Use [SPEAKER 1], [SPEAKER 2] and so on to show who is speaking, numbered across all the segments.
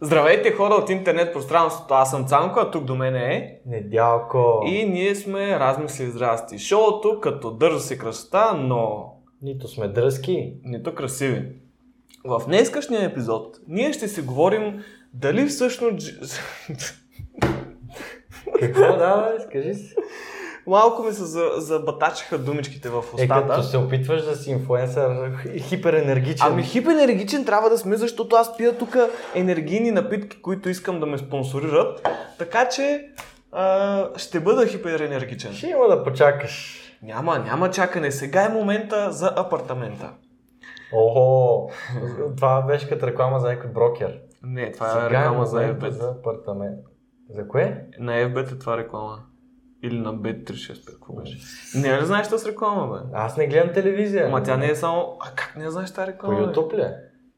[SPEAKER 1] Здравейте хора от интернет пространството, аз съм Цанко, а тук до мен е
[SPEAKER 2] Недялко.
[SPEAKER 1] и ние сме Размисли здрасти. Шоуто като държа се красота, но
[SPEAKER 2] Нито сме дръзки.
[SPEAKER 1] нито красиви. В днескашния епизод ние ще си говорим дали всъщност... дж-
[SPEAKER 2] Какво да, бе? скажи си.
[SPEAKER 1] Малко ми се за- забатачиха думичките в
[SPEAKER 2] Е,
[SPEAKER 1] устата.
[SPEAKER 2] като се опитваш да си инфуенсър, хиперенергичен.
[SPEAKER 1] Ами хиперенергичен трябва да сме, защото аз пия тук енергийни напитки, които искам да ме спонсорират. Така че а, ще бъда хиперенергичен.
[SPEAKER 2] Ще има да почакаш.
[SPEAKER 1] Няма, няма чакане. Сега е момента за апартамента.
[SPEAKER 2] Охо, това беше като реклама за някой брокер.
[SPEAKER 1] Не, това е реклама за
[SPEAKER 2] момента
[SPEAKER 1] FBT.
[SPEAKER 2] За апартамент. За кое?
[SPEAKER 1] На FBT е това реклама. Или на B365, какво беше? Не ли знаеш тази реклама, бе?
[SPEAKER 2] Аз не гледам телевизия.
[SPEAKER 1] Ама тя не е само... А как не знаеш тази
[SPEAKER 2] По
[SPEAKER 1] реклама, бе?
[SPEAKER 2] YouTube ли?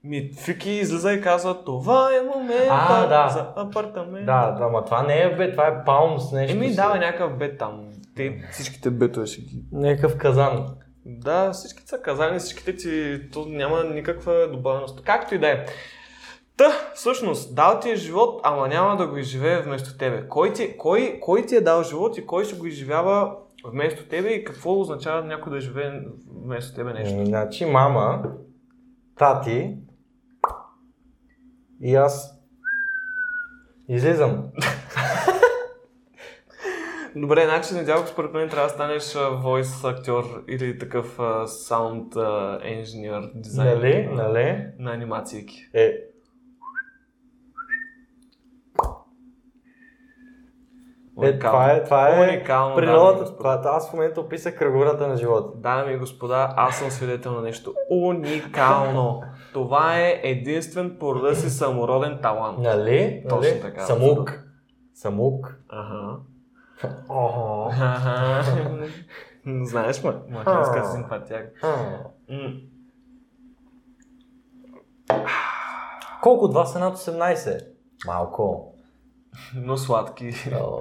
[SPEAKER 1] Ми, Фики излиза и казва, това е момента
[SPEAKER 2] А, да.
[SPEAKER 1] за апартамент.
[SPEAKER 2] Да, да, ама това не е бе, това е Palms нещо.
[SPEAKER 1] Еми,
[SPEAKER 2] си.
[SPEAKER 1] дава някакъв бет там. Те всичките бетове ще ги...
[SPEAKER 2] Някакъв е казан.
[SPEAKER 1] Да, всичките са казани, всичките ти... То няма никаква добавеност. Както и да е. Та, всъщност, дал ти е живот, ама няма да го изживее вместо тебе. Кой ти, кой, кой ти е дал живот и кой ще го изживява вместо тебе и какво означава някой да живее вместо тебе нещо?
[SPEAKER 2] Еми, Значи мама, тати и аз излизам.
[SPEAKER 1] Добре, значи Недялко според мен трябва да станеш а, войс актьор или такъв а, саунд а, инженер, дизайнер
[SPEAKER 2] Нали?
[SPEAKER 1] а,
[SPEAKER 2] Нали?
[SPEAKER 1] на анимациики.
[SPEAKER 2] Е. Е, това е, това е
[SPEAKER 1] Уникално, дами и
[SPEAKER 2] природата.
[SPEAKER 1] господа.
[SPEAKER 2] Това, е аз в момента описах кръгурата на живота.
[SPEAKER 1] Дами и господа, аз съм свидетел на нещо уникално. Това е единствен по рода си самороден талант.
[SPEAKER 2] Нали?
[SPEAKER 1] Точно
[SPEAKER 2] нали?
[SPEAKER 1] така,
[SPEAKER 2] Самук. Самук.
[SPEAKER 1] Ага.
[SPEAKER 2] Охо.
[SPEAKER 1] Ага. Знаеш ме? Махинска симпатия.
[SPEAKER 2] М.
[SPEAKER 1] М,
[SPEAKER 2] Колко от вас са над 18? Малко.
[SPEAKER 1] Но сладки.
[SPEAKER 2] О.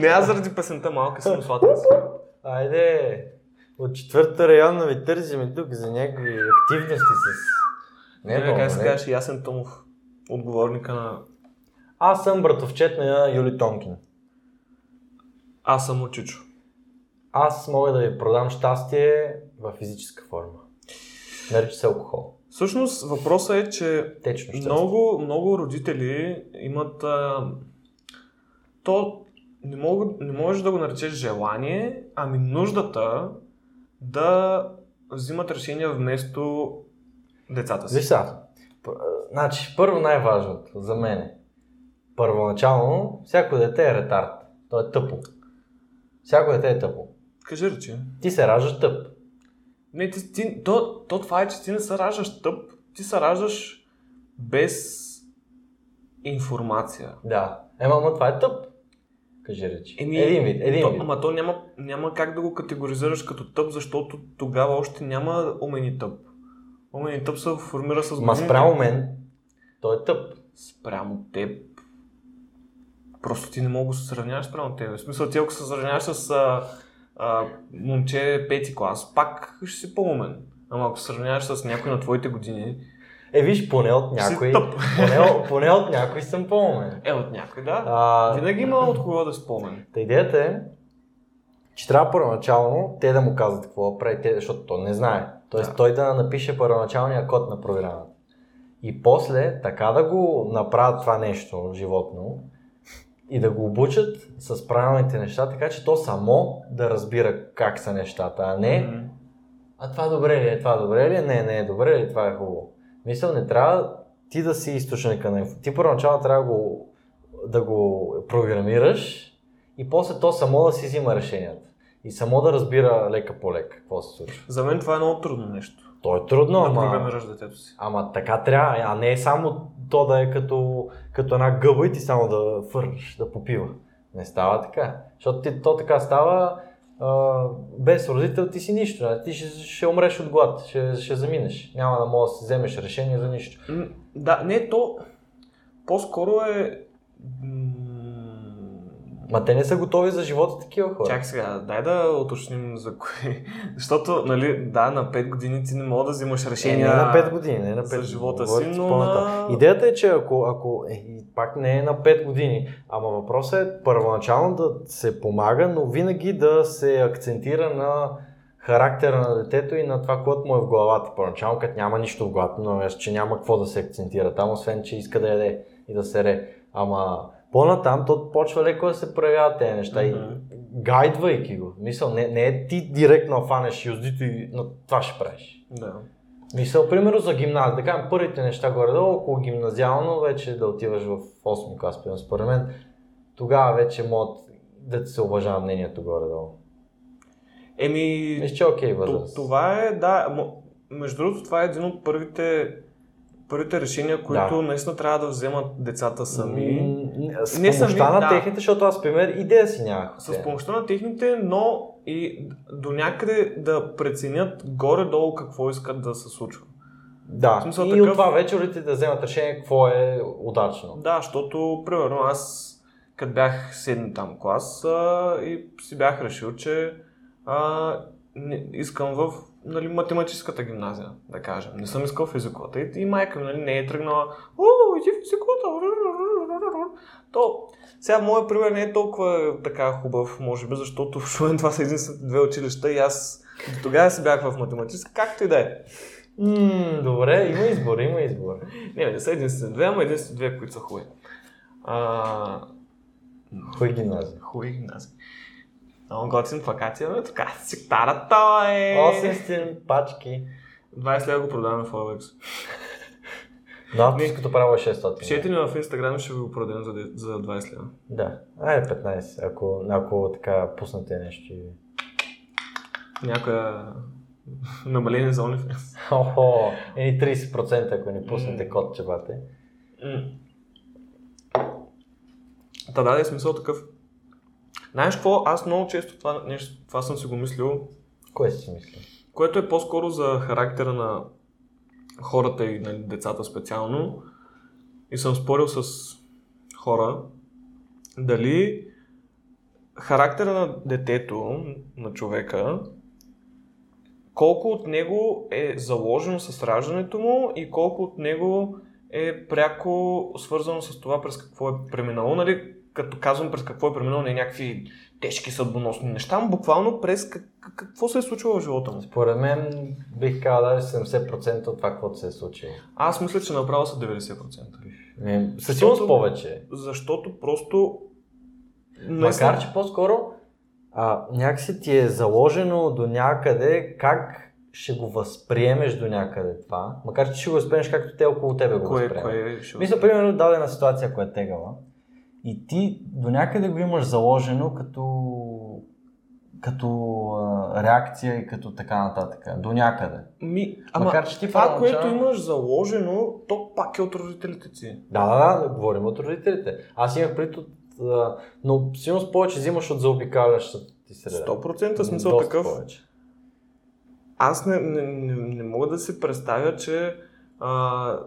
[SPEAKER 1] Не, аз заради песента малка съм но сладка. съм.
[SPEAKER 2] Айде, от четвърта района ви търсим тук за някакви активности с...
[SPEAKER 1] Не, не,
[SPEAKER 2] Томо,
[SPEAKER 1] Нали, как се казваш, Ясен Томов, отговорника на...
[SPEAKER 2] Аз съм братовчет на Юли Тонкин.
[SPEAKER 1] Аз съм му Чичо.
[SPEAKER 2] Аз мога да ви продам щастие в физическа форма. Нарича се алкохол.
[SPEAKER 1] Всъщност въпросът е, че
[SPEAKER 2] Течно щастие.
[SPEAKER 1] Много, много родители имат а, то не, мога, не можеш да го наречеш желание, ами нуждата да взимат решения вместо децата
[SPEAKER 2] Виж
[SPEAKER 1] си.
[SPEAKER 2] сега, п- значи първо най-важното за мен е, първоначално всяко дете е ретард. То е тъпо. Всяко дете е тъпо.
[SPEAKER 1] Кажи речи.
[SPEAKER 2] Ти се раждаш тъп.
[SPEAKER 1] Не, ти, ти, то, то това е, че ти не се раждаш тъп, ти се раждаш без информация.
[SPEAKER 2] Да. Ема, ама това е тъп. Кажи речи. един вид, един
[SPEAKER 1] то,
[SPEAKER 2] вид.
[SPEAKER 1] Ама то няма, няма как да го категоризираш като тъп, защото тогава още няма умени тъп. Умени тъп се формира с
[SPEAKER 2] Ма
[SPEAKER 1] годините.
[SPEAKER 2] спрямо мен, той е тъп.
[SPEAKER 1] Спрямо теб. Просто ти не мога да се сравняваш спрямо теб. В смисъл, ти ако се сравняваш с а, а, момче пети клас, пак ще си по-умен. Ама ако се сравняваш с някой на твоите години,
[SPEAKER 2] Е, виж, поне от
[SPEAKER 1] ще
[SPEAKER 2] някой,
[SPEAKER 1] си тъп.
[SPEAKER 2] поне, от- поне от някой съм по-умен.
[SPEAKER 1] Е, от някой, да.
[SPEAKER 2] А,
[SPEAKER 1] Винаги има от кого да спомен.
[SPEAKER 2] Та идеята е, че трябва първоначално те да му казват какво да прави, те, защото той не знае. Тоест
[SPEAKER 1] Да.
[SPEAKER 2] да. той да напише първоначалния код на програмата. И после така да го направят това нещо животно и да го обучат с правилните неща, така че то само да разбира как са нещата, а не
[SPEAKER 1] М.
[SPEAKER 2] а това добре ли е, това добре ли е, не, не е добре ли, това е хубаво. Мисля, не трябва ти да си източника на инфо. Ти първоначално трябва да го, да го програмираш и после то само да си взима решенията. И само да разбира лека по лека какво се случва.
[SPEAKER 1] За мен това е много трудно нещо.
[SPEAKER 2] То е трудно,
[SPEAKER 1] да
[SPEAKER 2] ама,
[SPEAKER 1] програмираш детето си.
[SPEAKER 2] ама така трябва, а не е само то да е като, като една гъба и ти само да фърш, да попива. Не става така. Защото ти, то така става, а, без родител ти си нищо. а Ти ще, ще умреш от глад, ще, ще заминеш. Няма да можеш да си вземеш решение за нищо.
[SPEAKER 1] М, Да, не, то по-скоро е... м,
[SPEAKER 2] Ма те не са готови за живота такива хора.
[SPEAKER 1] Чакай сега, дай да уточним за кои. Защото, нали, да, на 5 години ти не мога да взимаш
[SPEAKER 2] Е, не
[SPEAKER 1] решения.
[SPEAKER 2] на 5 години, не на 5
[SPEAKER 1] за живота
[SPEAKER 2] говоря
[SPEAKER 1] си,
[SPEAKER 2] ти
[SPEAKER 1] но
[SPEAKER 2] по-нататък.
[SPEAKER 1] на-
[SPEAKER 2] Идеята е, че ако, ако е, и пак не е на 5 години, ама въпросът е първоначално да се помага, но винаги да се акцентира на характера на детето и на това, което му е в главата. Първоначално, като няма нищо в главата, но аз, че няма какво да се акцентира там, освен, че иска да яде и да се ре. Ама по-натам, то почва леко да се проявяват тези неща.
[SPEAKER 1] Мгм.
[SPEAKER 2] И гайдвайки го. Мисъл, не, не е ти директно фанеш юздито и но това ще правиш.
[SPEAKER 1] Да.
[SPEAKER 2] Мисъл, примерно за гимназия, да кажем първите неща горе-долу, около гимназиално вече да отиваш в 8 клас, примерно според мен, тогава вече могат да ти се уважава мнението горе-долу.
[SPEAKER 1] Еми,
[SPEAKER 2] Мисля, че е окей
[SPEAKER 1] Т-
[SPEAKER 2] възраст.
[SPEAKER 1] Това е, да. м- Между другото, това е един от първите, първите решения, които
[SPEAKER 2] Да.
[SPEAKER 1] наистина трябва да вземат децата сами.
[SPEAKER 2] М, С
[SPEAKER 1] Не
[SPEAKER 2] не
[SPEAKER 1] сами,
[SPEAKER 2] помощта на
[SPEAKER 1] да.
[SPEAKER 2] техните, защото аз, пример, идея си нямах.
[SPEAKER 1] С помощта на техните, но и до някъде да преценят горе-долу какво искат да се случва.
[SPEAKER 2] Да,
[SPEAKER 1] в смисъл
[SPEAKER 2] и
[SPEAKER 1] такъв-
[SPEAKER 2] от това вече родителите да вземат решение какво е удачно.
[SPEAKER 1] Да, защото, примерно, аз като бях седми там клас а, и си бях решил, че а, не, искам в нали, математическата гимназия, да кажем. Не съм искал физиката. И, и майка ми нали, не е тръгнала, о, иди в физиката. ру, ру, ру, ру, ру, ру». То, сега моят пример не е толкова така хубав, може би, защото в Шумен това са единствените две училища и аз до тогава си бях в математическа, както и да е.
[SPEAKER 2] М, добре, има избор, има избор.
[SPEAKER 1] Не, не са единствените две, ама единствените две, които са хубави. А,
[SPEAKER 2] Хуй гимназия.
[SPEAKER 1] Хубави гимназия. Много готин плакат имаме така. Сектарата е...
[SPEAKER 2] 800 пачки.
[SPEAKER 1] 20 лева го продаваме в OLX.
[SPEAKER 2] Но авторското право е 600.
[SPEAKER 1] Пишете ни в Instagram, ще ви го продадем за, де- за 20 лева.
[SPEAKER 2] Да, айде 15, ако, ако така пуснате нещо. и-
[SPEAKER 1] Някоя намаление за OnlyFans.
[SPEAKER 2] Охо, едни 30% ако не пуснете код, че бате.
[SPEAKER 1] М. Та даде смисъл такъв. Знаеш какво? Аз много често това, нещо, това съм си го мислил,
[SPEAKER 2] Кое си мисля?
[SPEAKER 1] което е по-скоро за характера на хората и нали, децата специално. И съм спорил с хора дали характера на детето, на човека, колко от него е заложено с раждането му и колко от него е пряко свързано с това през какво е преминало. Нали, като казвам през какво е преминало, не някакви тежки съдбоносни неща, но буквално през как, какво се е случило в живота му.
[SPEAKER 2] Според мен бих казал даже 70% от това, което се е случило.
[SPEAKER 1] Аз мисля, че направо са 90%.
[SPEAKER 2] Ми, Със
[SPEAKER 1] Ами, Защото-
[SPEAKER 2] сигурност повече.
[SPEAKER 1] Защото просто... наистина-
[SPEAKER 2] Макар, че по-скоро а, някакси ти е заложено до някъде как ще го възприемеш до някъде това, макар че ще го възприемеш както те около тебе го
[SPEAKER 1] Кое,
[SPEAKER 2] възприемат.
[SPEAKER 1] кое ще...
[SPEAKER 2] Мисля, примерно, дадена ситуация, ако е тегава, и ти до някъде го имаш заложено като, като а, реакция и като така нататък. До някъде.
[SPEAKER 1] Ми,
[SPEAKER 2] Ама,
[SPEAKER 1] ама
[SPEAKER 2] Макар, че ти
[SPEAKER 1] това,
[SPEAKER 2] първоначално-
[SPEAKER 1] което имаш заложено, то пак е от родителите ти.
[SPEAKER 2] Да, да, да, говорим от родителите. Аз имах пред от... а, Но сигурно повече взимаш от заобикалящата ти среда.
[SPEAKER 1] 100% смисъл
[SPEAKER 2] Доста
[SPEAKER 1] такъв.
[SPEAKER 2] Повече.
[SPEAKER 1] Аз не, не, не, не мога да си представя, че а,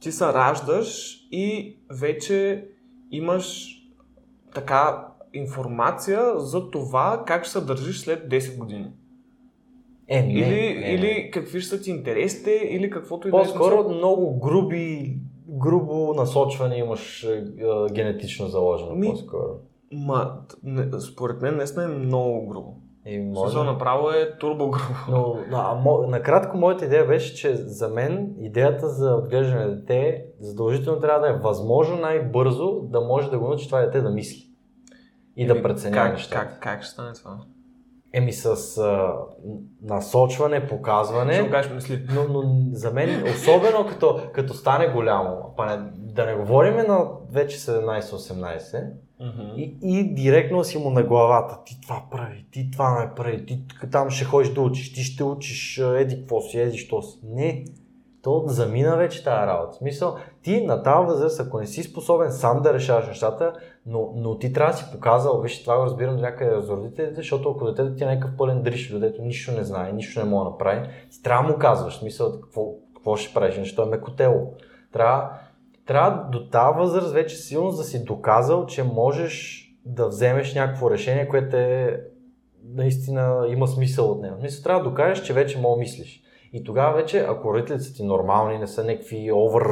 [SPEAKER 1] ти се раждаш и вече имаш така информация за това как ще се държиш след 10 години.
[SPEAKER 2] Е, не,
[SPEAKER 1] или,
[SPEAKER 2] не, не.
[SPEAKER 1] или какви ще са ти интересите, или каквото и да е.
[SPEAKER 2] По-скоро много груби, грубо насочване имаш е, е, генетично заложено
[SPEAKER 1] Ми-
[SPEAKER 2] по-скоро.
[SPEAKER 1] Ма, т- не, според мен наистина е много грубо.
[SPEAKER 2] И
[SPEAKER 1] Може...
[SPEAKER 2] може...
[SPEAKER 1] направо е турбо грубо.
[SPEAKER 2] Но на, мо, накратко моята идея беше, че за мен идеята за отглеждане на дете задължително трябва да е възможно най-бързо да може да го научи това дете да мисли и да
[SPEAKER 1] Еми,
[SPEAKER 2] преценява
[SPEAKER 1] как,
[SPEAKER 2] нещата.
[SPEAKER 1] как, как ще стане това?
[SPEAKER 2] Еми с а, насочване,
[SPEAKER 1] Ще му
[SPEAKER 2] показване,
[SPEAKER 1] кажеш мисли.
[SPEAKER 2] но, но за мен, особено като, като стане голямо, па не, да не говорим на вече 17-18,
[SPEAKER 1] Мгм.
[SPEAKER 2] и, и директно си му на главата. Ти това прави, ти това не прави, ти тук- там ще ходиш да учиш, ти ще учиш а, еди какво си, еди що си. Не, то замина вече тази работа. В смисъл, ти на тази възраст, ако не си способен сам да решаваш нещата, но, но ти трябва да си показал, виж, това го разбирам до някъде за родителите, защото ако детето ти е някакъв пълен дриш, дето нищо не знае, нищо не може да направи, ти трябва да му казваш, в смисъл, какво, какво ще правиш, нещо е меко тело. Трябва, трябва до тази възраст вече силно да си доказал, че можеш да вземеш някакво решение, което е наистина има смисъл от него. Мисля, трябва да докажеш, че вече мога мислиш. И тогава вече, ако родителите са ти нормални, не са някакви овър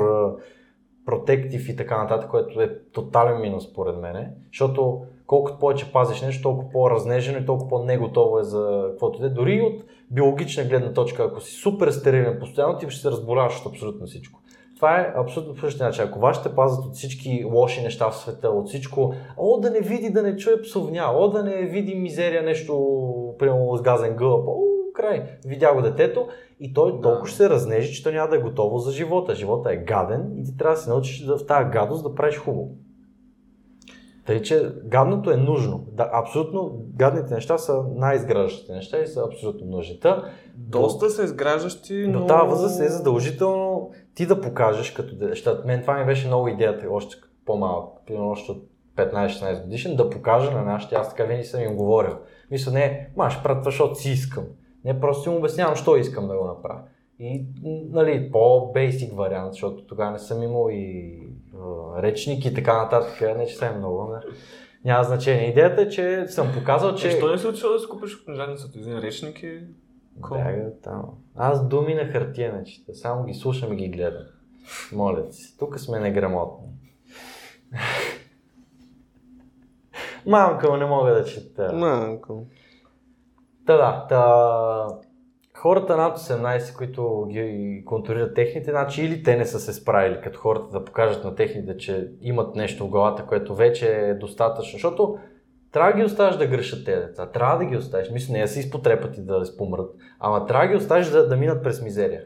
[SPEAKER 2] протектив и така нататък, което е тотален минус според мене, защото колкото повече пазиш нещо, толкова по-разнежено и толкова по-неготово е за каквото е. Дори и от биологична гледна точка, ако си супер стерилен постоянно, ти ще се разболяваш от абсолютно всичко. Това е абсолютно по същия начин. Ако вашите пазят от всички лоши неща в света, от всичко, о да не види, да не чуе псовня, о да не види мизерия, нещо, примерно с газен гълъб, о, край, видя го детето и той да. толкова ще се разнежи, че то няма да е готово за живота. Живота е гаден и ти трябва да се научиш да, в тази гадост да правиш хубаво. Тъй, че гадното е нужно. Да, абсолютно гадните неща са най-изграждащите неща и са абсолютно нужни. Та,
[SPEAKER 1] Доста са изграждащи,
[SPEAKER 2] но...
[SPEAKER 1] но...
[SPEAKER 2] До тази възраст е задължително ти да покажеш като деща. Мен това ми беше много идеята, още по-малък, примерно още от 15-16 годишен, да покажа на нашите, аз така винаги съм им говорил. Мисля, не, ма ще правя това, защото си искам. Не, просто им обяснявам, що искам да го направя. И, нали, по-бейсик вариант, защото тогава не съм имал и а, речник и така нататък, не че съм много, не. Няма значение. Идеята е, че съм показал,
[SPEAKER 1] Че...
[SPEAKER 2] че...
[SPEAKER 1] Е, Що не се отишъл да си купиш от книжарницата един речник и... Кол.
[SPEAKER 2] Бяга там. Аз думи на хартия не чета, само ги слушам и ги гледам. Моля ти се, тук сме неграмотни. Мамка, ма не мога да чета.
[SPEAKER 1] Малко.
[SPEAKER 2] Та да, та... Хората над 18, които ги контролират техните, значи или те не са се справили като хората да покажат на техните, че имат нещо в главата, което вече е достатъчно, защото трябва да ги оставиш да грешат тези деца, трябва да ги оставиш, мисля, не да се изпотрепат и да спомрат, ама трябва да ги оставиш да, да минат през мизерия.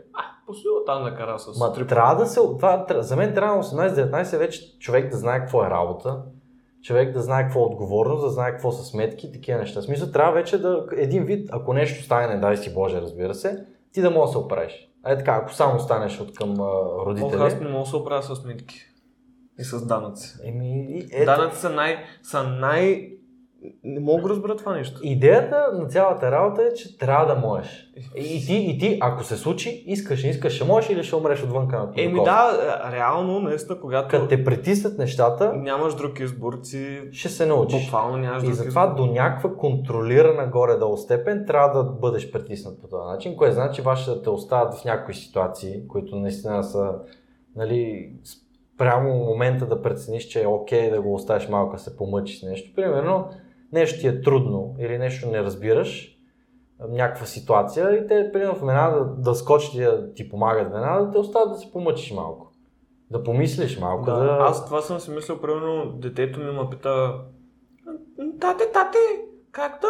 [SPEAKER 1] По сила там да кара с
[SPEAKER 2] Ма,
[SPEAKER 1] три
[SPEAKER 2] трябва да се. Това, тр- за мен трябва на 18-19 вече човек да знае какво е работа, човек да знае какво е отговорност, да знае какво са сметки и такива неща. В смисъл, трябва вече да. Един вид, ако нещо стане, не дай си Боже, разбира се, ти да можеш да се оправиш. Ай така, ако само станеш от към а,
[SPEAKER 1] Ох,
[SPEAKER 2] родители.
[SPEAKER 1] аз не мога да се оправя с сметки. И с данъци.
[SPEAKER 2] Еми, и-
[SPEAKER 1] Ето.
[SPEAKER 2] ето,
[SPEAKER 1] Данъци са най... са най... Не мога да разбера това нещо.
[SPEAKER 2] Идеята на цялата работа е, че трябва да можеш. И ти, и ти, ако се случи, искаш, не искаш, ще можеш или ще умреш отвън на
[SPEAKER 1] Еми да, а, реално, наистина, когато
[SPEAKER 2] Е, Като те притиснат нещата,
[SPEAKER 1] нямаш друг избор, ти
[SPEAKER 2] ще се научиш.
[SPEAKER 1] буквално нямаш
[SPEAKER 2] И
[SPEAKER 1] друг
[SPEAKER 2] затова
[SPEAKER 1] избор.
[SPEAKER 2] до някаква контролирана горе-долу степен трябва да бъдеш притиснат по този начин, което значи ваше да те оставят в някои ситуации, които наистина са нали, прямо момента да прецениш, че е окей да го оставиш малко да се помъчи с нещо. Примерно, нещо ти е трудно или нещо не разбираш, някаква ситуация и те, примерно, веднага да, да скочат и да ти помагат веднага, да те оставят да се помъчиш малко. Да помислиш малко, да...
[SPEAKER 1] Да, аз това съм си мислил, примерно, детето ми ме пита Тате, тате, как да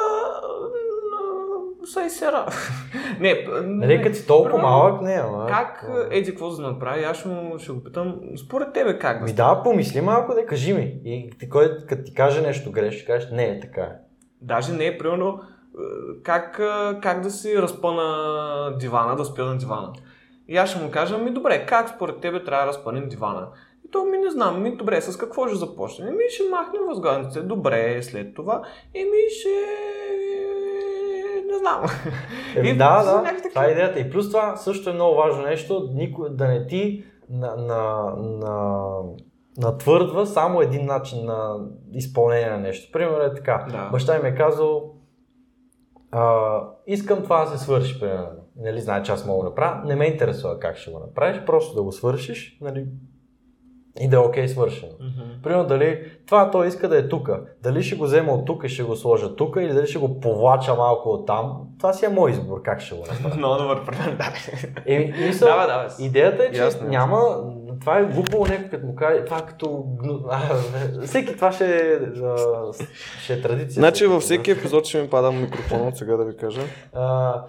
[SPEAKER 1] м, се изсера? не, п-
[SPEAKER 2] Нали, като си толкова
[SPEAKER 1] Примерно,
[SPEAKER 2] малък, не, ама...
[SPEAKER 1] Как еди какво да направи? Аз ще му ще го питам, според тебе как да
[SPEAKER 2] Ми
[SPEAKER 1] стане?
[SPEAKER 2] Ами да, помисли малко, да кажи ми. И ти, кой, като ти каже нещо грешно, ще кажеш, не е така. е.
[SPEAKER 1] Даже не е примерно е, как, е, как да си разпъна дивана, да спя на дивана. И аз ще му кажа, ми добре, как според тебе трябва да разпънем дивана? И то ми не знам, ми добре, с какво ще започнем? Ми ще махнем възглавниците, добре, след това, и ми ще... не знам.
[SPEAKER 2] Еми,
[SPEAKER 1] И
[SPEAKER 2] да,
[SPEAKER 1] за
[SPEAKER 2] да,
[SPEAKER 1] някакви
[SPEAKER 2] това е
[SPEAKER 1] такива.
[SPEAKER 2] идеята. И плюс това също е много важно нещо, никой, да не ти на, на, на, натвърдва само един начин на изпълнение на нещо. Примерно е така.
[SPEAKER 1] Да.
[SPEAKER 2] Баща ми е казал, а, искам това да се свърши, примерно. Нали, знае, че аз мога да направя. Не ме интересува как ще го направиш, просто да го свършиш, нали, и да е окей свършено.
[SPEAKER 1] Мгм.
[SPEAKER 2] Примерно дали това той иска да е тука. Дали ще го взема от тук и ще го сложа тук или дали ще го повлача малко от там. Това си е мой избор, как ще го направя.
[SPEAKER 1] Много добър пример, да.
[SPEAKER 2] Еми, мисъл,
[SPEAKER 1] Давай, давай.
[SPEAKER 2] идеята е, че
[SPEAKER 1] Ясно, ясно.
[SPEAKER 2] няма... Това е глупо някой като му каже, това е като... гну- А, всеки това ще, е, а, ще е традиция.
[SPEAKER 1] Значи епизод ще ми падам микрофона, сега да ви кажа.
[SPEAKER 2] А,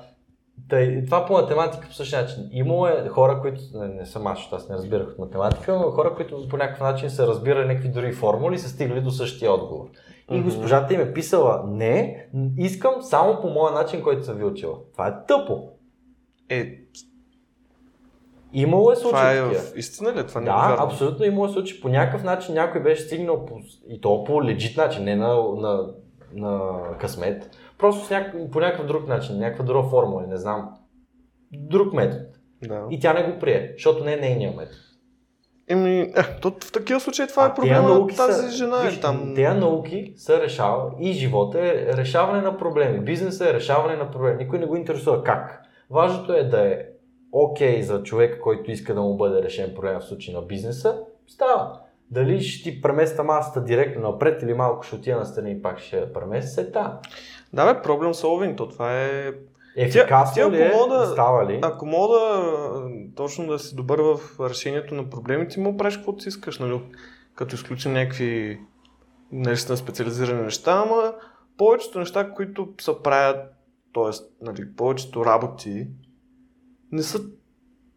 [SPEAKER 2] тъй, това по математика по същия начин. Имало е хора, които, не, не съм аз, защото аз не разбирах от математика, но хора, които по някакъв начин са разбирали някакви други формули и са стигали до същия отговор. И
[SPEAKER 1] Мгм.
[SPEAKER 2] госпожата им е писала, не, искам само по моя начин, който съм ви учила. Това е тъпо.
[SPEAKER 1] Е,
[SPEAKER 2] Имало е случаи
[SPEAKER 1] това е
[SPEAKER 2] такива.
[SPEAKER 1] в- истина ли? Това не е
[SPEAKER 2] Да,
[SPEAKER 1] вярно.
[SPEAKER 2] абсолютно имало е случаи. По някакъв начин някой беше стигнал по, и то по легит начин, не на, на, на късмет. Просто с няк... по някакъв друг начин, някаква друга формула, не знам. Друг метод.
[SPEAKER 1] Да.
[SPEAKER 2] И тя не го прие, защото не е нейния метод.
[SPEAKER 1] Еми, е, то в такива случаи това е
[SPEAKER 2] А
[SPEAKER 1] проблема
[SPEAKER 2] тия
[SPEAKER 1] на
[SPEAKER 2] науки
[SPEAKER 1] тази
[SPEAKER 2] са-
[SPEAKER 1] жена. е
[SPEAKER 2] виж,
[SPEAKER 1] там.
[SPEAKER 2] Тия науки са решава и живота е решаване на проблеми. Бизнесът е решаване на проблеми. Никой не го интересува как. Важното е да е окей за човека, който иска да му бъде решен проблем в случай на бизнеса. Става. Дали ще ти преместа масата директно напред или малко ще отида настрани и пак ще я е премести, се та.
[SPEAKER 1] Да, бе, проблем солвинг, то това е... тя
[SPEAKER 2] Ефикасно ли е?
[SPEAKER 1] ако мога да-
[SPEAKER 2] Става ли?
[SPEAKER 1] Ако мога да, е, точно да си добър в решението на проблемите, му правиш каквото си искаш, нали? Като изключим някакви наистина специализирани неща, ама повечето неща, които се правят, т.е. Нали, повечето работи, не са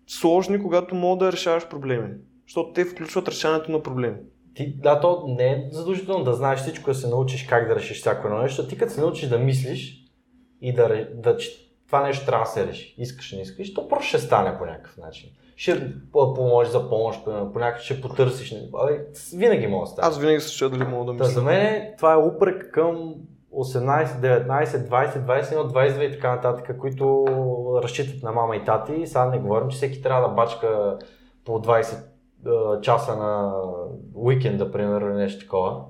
[SPEAKER 1] сложни, когато мога да решаваш проблеми. Защото те включват решаването на проблеми.
[SPEAKER 2] Ти, да, то не е задължително да знаеш всичко, да се научиш как да решиш всяко едно нещо. Ти като се научиш да мислиш и да, ре- да че това нещо трябва да се реши, искаш, не искаш, то просто ще стане по някакъв начин. Ще по- помолиш за помощ, примерно, по някакъв, ще потърсиш. не- Абе, винаги може да стане.
[SPEAKER 1] Аз винаги се чуя дали мога да
[SPEAKER 2] Та, за
[SPEAKER 1] мисля.
[SPEAKER 2] мен е- това е упрек към 18, 19, 20, 21, 22 и така нататък, които разчитат на мама и тати. И сега не говорим, че всеки трябва да бачка по 20 е, часа на уикенда, примерно, или нещо такова.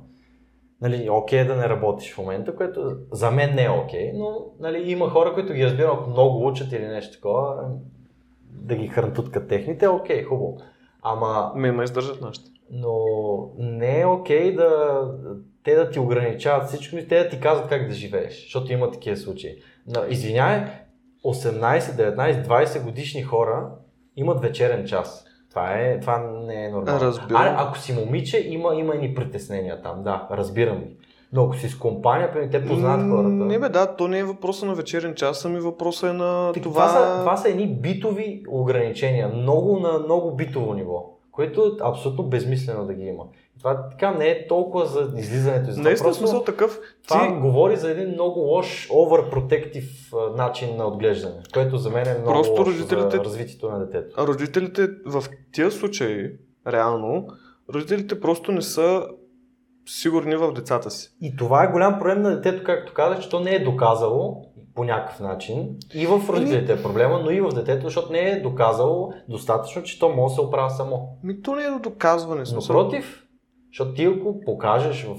[SPEAKER 2] Нали, окей е да не работиш в момента, което за мен не е окей, но нали, има хора, които ги разбирам, ако много учат или нещо такова, да ги хрантуткат техните, е окей, хубаво. Ама
[SPEAKER 1] Ами Ме ме издържат нашите.
[SPEAKER 2] но не е окей да те да ти ограничават всичко и те да ти казват как да живееш, защото има такива случаи. Но, извинявай, 18, 19, 20 годишни хора имат вечерен час. Това, е, това не е нормално.
[SPEAKER 1] Разбирам.
[SPEAKER 2] А, ако си момиче, има, има и ни притеснения там, да, разбирам ги. Но ако си с компания, примерно, те познават хората.
[SPEAKER 1] Не бе, да, то не е въпроса на вечерен час, ами въпроса е на
[SPEAKER 2] Ти-
[SPEAKER 1] това... е-
[SPEAKER 2] Това, са, това са едни битови ограничения, много на много битово ниво, което е абсолютно безмислено да ги има. Това така не е толкова за излизането. и За това.
[SPEAKER 1] Наистина
[SPEAKER 2] Просто
[SPEAKER 1] е смисъл такъв.
[SPEAKER 2] това
[SPEAKER 1] ти
[SPEAKER 2] говори за един много лош overprotective а, начин на отглеждане, което за мен е много
[SPEAKER 1] Просто
[SPEAKER 2] лошо
[SPEAKER 1] родителите-
[SPEAKER 2] за развитието на детето.
[SPEAKER 1] родителите в тия случаи, реално, родителите просто не са сигурни в децата си.
[SPEAKER 2] И това е голям проблем на детето, както казах, че то не е доказало по някакъв начин. И в родителите е проблема, но и в детето, защото не е доказало достатъчно, че то може да се оправя само.
[SPEAKER 1] Ми то не е до доказване.
[SPEAKER 2] Но
[SPEAKER 1] Смисъл.
[SPEAKER 2] против, защото ти ако покажеш в,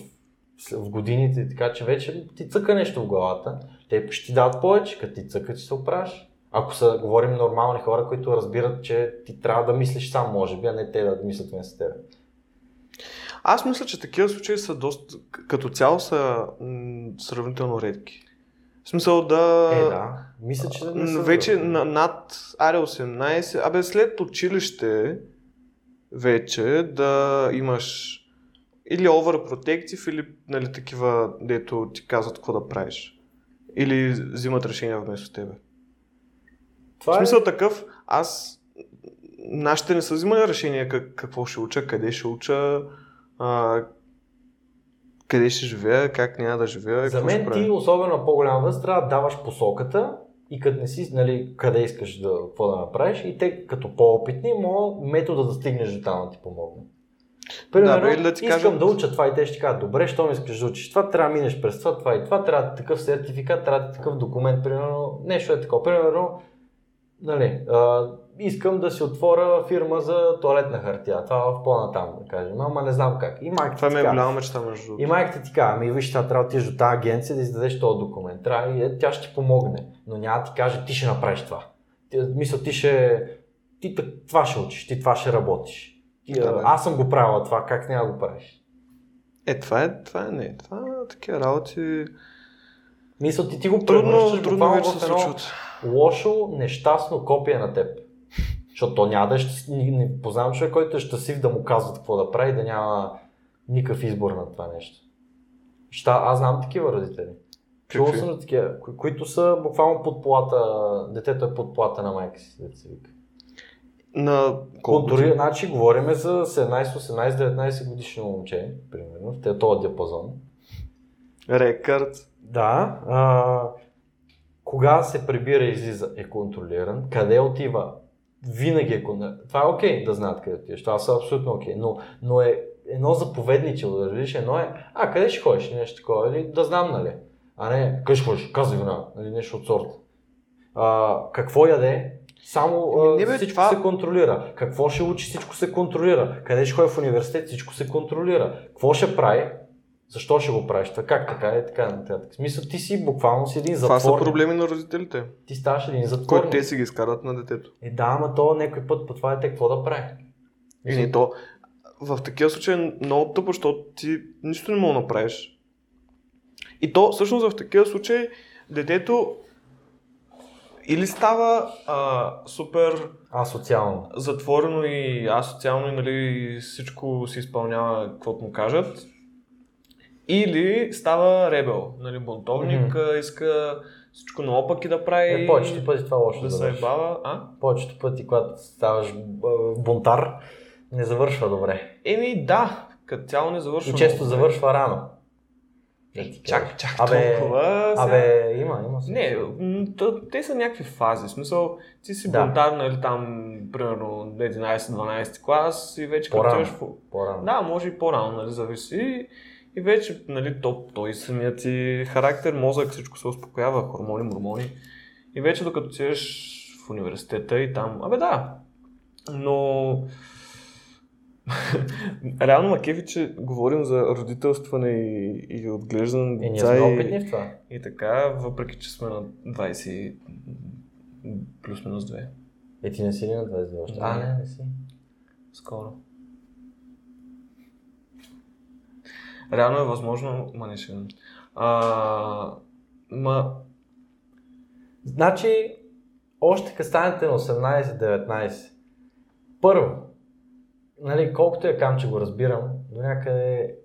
[SPEAKER 2] в годините, така че вече ти цъка нещо в главата, те ще ти дадат повече, като ти цъка, че се опраш. Ако са, говорим нормални хора, които разбират, че ти трябва да мислиш сам, може би, а не те да мислят вместо тебе.
[SPEAKER 1] Аз мисля, че такива случаи са доста, к- като цяло са м- сравнително редки. В смисъл да...
[SPEAKER 2] Е, да. Мисля, че не
[SPEAKER 1] М,
[SPEAKER 2] са
[SPEAKER 1] вече
[SPEAKER 2] да.
[SPEAKER 1] на, над аре 18, абе след училище вече да имаш или overprotective, или нали, такива, дето ти казват какво да правиш. Или взимат решения вместо тебе.
[SPEAKER 2] Това
[SPEAKER 1] В
[SPEAKER 2] е-
[SPEAKER 1] смисъл такъв, аз нашите не са взимали решения как, какво ще уча, къде ще уча, а, къде ще живея, как няма да живея.
[SPEAKER 2] За
[SPEAKER 1] Е, какво ще
[SPEAKER 2] мен
[SPEAKER 1] правя.
[SPEAKER 2] ти, особено на по-голяма възраст, трябва да даваш посоката и като не си, нали, къде искаш да, какво да направиш и те като по-опитни, могат метода да стигнеш до там да ти помогне. Примерно,
[SPEAKER 1] бе,
[SPEAKER 2] да,
[SPEAKER 1] или да ти
[SPEAKER 2] искам
[SPEAKER 1] кажат-
[SPEAKER 2] да уча това и те ще ти кажат, добре, щом искаш да учиш това, трябва да минеш през това, това и това, трябва да ти такъв сертификат, трябва да ти такъв документ, примерно, нещо е такова. Примерно, нали, а, искам да си отворя фирма за туалетна хартия, това в плана там, да кажем, ама не знам как. И майка
[SPEAKER 1] Това
[SPEAKER 2] ти
[SPEAKER 1] ми е
[SPEAKER 2] казва,
[SPEAKER 1] голяма мечта между
[SPEAKER 2] и
[SPEAKER 1] другото.
[SPEAKER 2] майката ти казва, ами виж, сега трябва да отидеш до тази агенция да издадеш този документ. Трябва и е, тя ще ти помогне, но няма да ти каже, ти ще направиш това. Ти, мисля, ти ще... Ти так- това ще учиш, ти това ще работиш. Ти,
[SPEAKER 1] Да, да.
[SPEAKER 2] а, аз съм го правила това, как няма да го правиш?
[SPEAKER 1] Е, това е, това е, не, това е такива работи.
[SPEAKER 2] Мисля, ти, ти го
[SPEAKER 1] Трудно,
[SPEAKER 2] превръщаш
[SPEAKER 1] трудно
[SPEAKER 2] буквално
[SPEAKER 1] вече
[SPEAKER 2] в
[SPEAKER 1] се
[SPEAKER 2] едно
[SPEAKER 1] случват.
[SPEAKER 2] лошо, нещастно копие на теб. Защото то няма да е щастлив, не, не познавам човек, който е щастлив да му казват какво да прави, да няма никакъв избор на това нещо. Ща, аз знам такива родители. Чувал
[SPEAKER 1] Какви?
[SPEAKER 2] съм за такива, кои, които са буквално под плата, детето е под плата на майка си, да се вика.
[SPEAKER 1] На колко?
[SPEAKER 2] Контори, значи говориме за 17, 18, 19 годишно момче, примерно, в те- този диапазон.
[SPEAKER 1] Рекърд.
[SPEAKER 2] Да. А, кога се прибира и излиза е контролиран, къде отива винаги е контролиран. Това е окей да знаят къде отиваш, това са абсолютно окей, но, но е едно заповедничево, да видиш, едно е, а къде ще ходиш, нещо такова, или да знам, нали? А не, къде ще ходиш, казвай вина, нали, нещо от сорта. А, какво яде, Само
[SPEAKER 3] Ами,
[SPEAKER 2] а,
[SPEAKER 3] не, бе,
[SPEAKER 2] всичко
[SPEAKER 3] това-
[SPEAKER 2] се контролира. Какво ще учи, всичко се контролира. Къде ще ходи в университет, всичко се контролира. Какво ще прави, защо ще го правиш, това как така е, така нататък. В смисъл, ти си буквално си един
[SPEAKER 3] Това са
[SPEAKER 2] затворник.
[SPEAKER 3] проблеми на родителите,
[SPEAKER 2] Ти ставаш един
[SPEAKER 3] които
[SPEAKER 2] затворник.
[SPEAKER 3] те си ги изкарат на детето.
[SPEAKER 2] Е, да, ама то някой път по това дете какво да прави.
[SPEAKER 3] И не то. В такива случаи е много тъпо, защото ти нищо не мога да направиш. И то, всъщност, в такива случаи детето или става а, супер
[SPEAKER 2] А, социално.
[SPEAKER 1] затворено и асоциално и нали, всичко се изпълнява каквото му кажат. Или става ребел, нали, бунтовник,
[SPEAKER 2] Мгм.
[SPEAKER 1] mm-hmm. иска всичко наопаки да прави.
[SPEAKER 2] Е, повечето пъти това е лошо
[SPEAKER 1] да
[SPEAKER 2] да
[SPEAKER 1] се
[SPEAKER 2] завърши.
[SPEAKER 1] ебава. А?
[SPEAKER 2] Повечето пъти, когато ставаш б- бунтар, не завършва добре.
[SPEAKER 1] Еми да, като цяло не завършва.
[SPEAKER 2] И често
[SPEAKER 1] много.
[SPEAKER 2] завършва рано. Да ти
[SPEAKER 1] Е,
[SPEAKER 2] кажа.
[SPEAKER 1] Чак, чак,
[SPEAKER 2] Абе,
[SPEAKER 1] толкова. сега-
[SPEAKER 2] Абе, има, има.
[SPEAKER 1] Не,
[SPEAKER 2] смисъл.
[SPEAKER 1] м, то- те са някакви фази. В смисъл, ти си
[SPEAKER 2] Да.
[SPEAKER 1] бунтар, нали, там, примерно, 11-12 клас и вече като
[SPEAKER 2] По-рано.
[SPEAKER 1] отиваш в
[SPEAKER 2] по-рано.
[SPEAKER 1] Да, може и по-рано, нали, зависи. И вече, нали, то, той самият ти характер, мозък, всичко се успокоява, хормони, мормони. И вече докато отидеш в университета и там, абе да, но... Реално макеви, че говорим за родителстване и, и отглеждане на
[SPEAKER 2] Е, ние
[SPEAKER 1] деца
[SPEAKER 2] сме
[SPEAKER 1] и,
[SPEAKER 2] опитни в това.
[SPEAKER 1] и, така, въпреки, че сме на 20 плюс-минус 2.
[SPEAKER 2] Е, ти не си ли на 22 още? А, не, не си.
[SPEAKER 1] Скоро. Реално е възможно, ма не ще видим. А, ма,
[SPEAKER 2] Значи, още като станете на 18-19, първо, нали, колкото я кам, че го разбирам, до някъде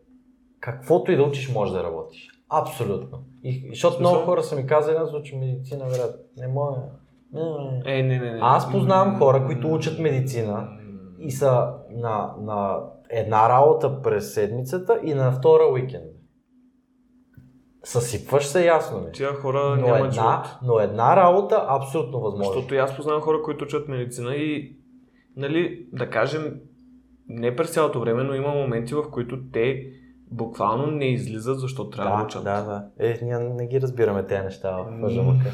[SPEAKER 2] каквото и да учиш, може да работиш. Абсолютно. И, защото
[SPEAKER 1] Смисъл?
[SPEAKER 2] много хора са ми казали, аз уча медицина, брат. Не мога. Не, не, не.
[SPEAKER 1] е, не, не, не.
[SPEAKER 2] Аз познавам хора, които учат медицина и са на, на една работа през седмицата и на втора уикенд. Съсипваш се, ясно ми.
[SPEAKER 1] Тия хора
[SPEAKER 2] Но
[SPEAKER 1] нямат живот.
[SPEAKER 2] една, но една работа абсолютно възможно.
[SPEAKER 1] Защото и аз познавам хора, които учат медицина и, нали, да кажем, не през цялото време, но има моменти, в които те буквално не излизат, защото трябва да,
[SPEAKER 2] да,
[SPEAKER 1] учат.
[SPEAKER 2] да, да. Е, ние не ги разбираме тези неща в жъмъка.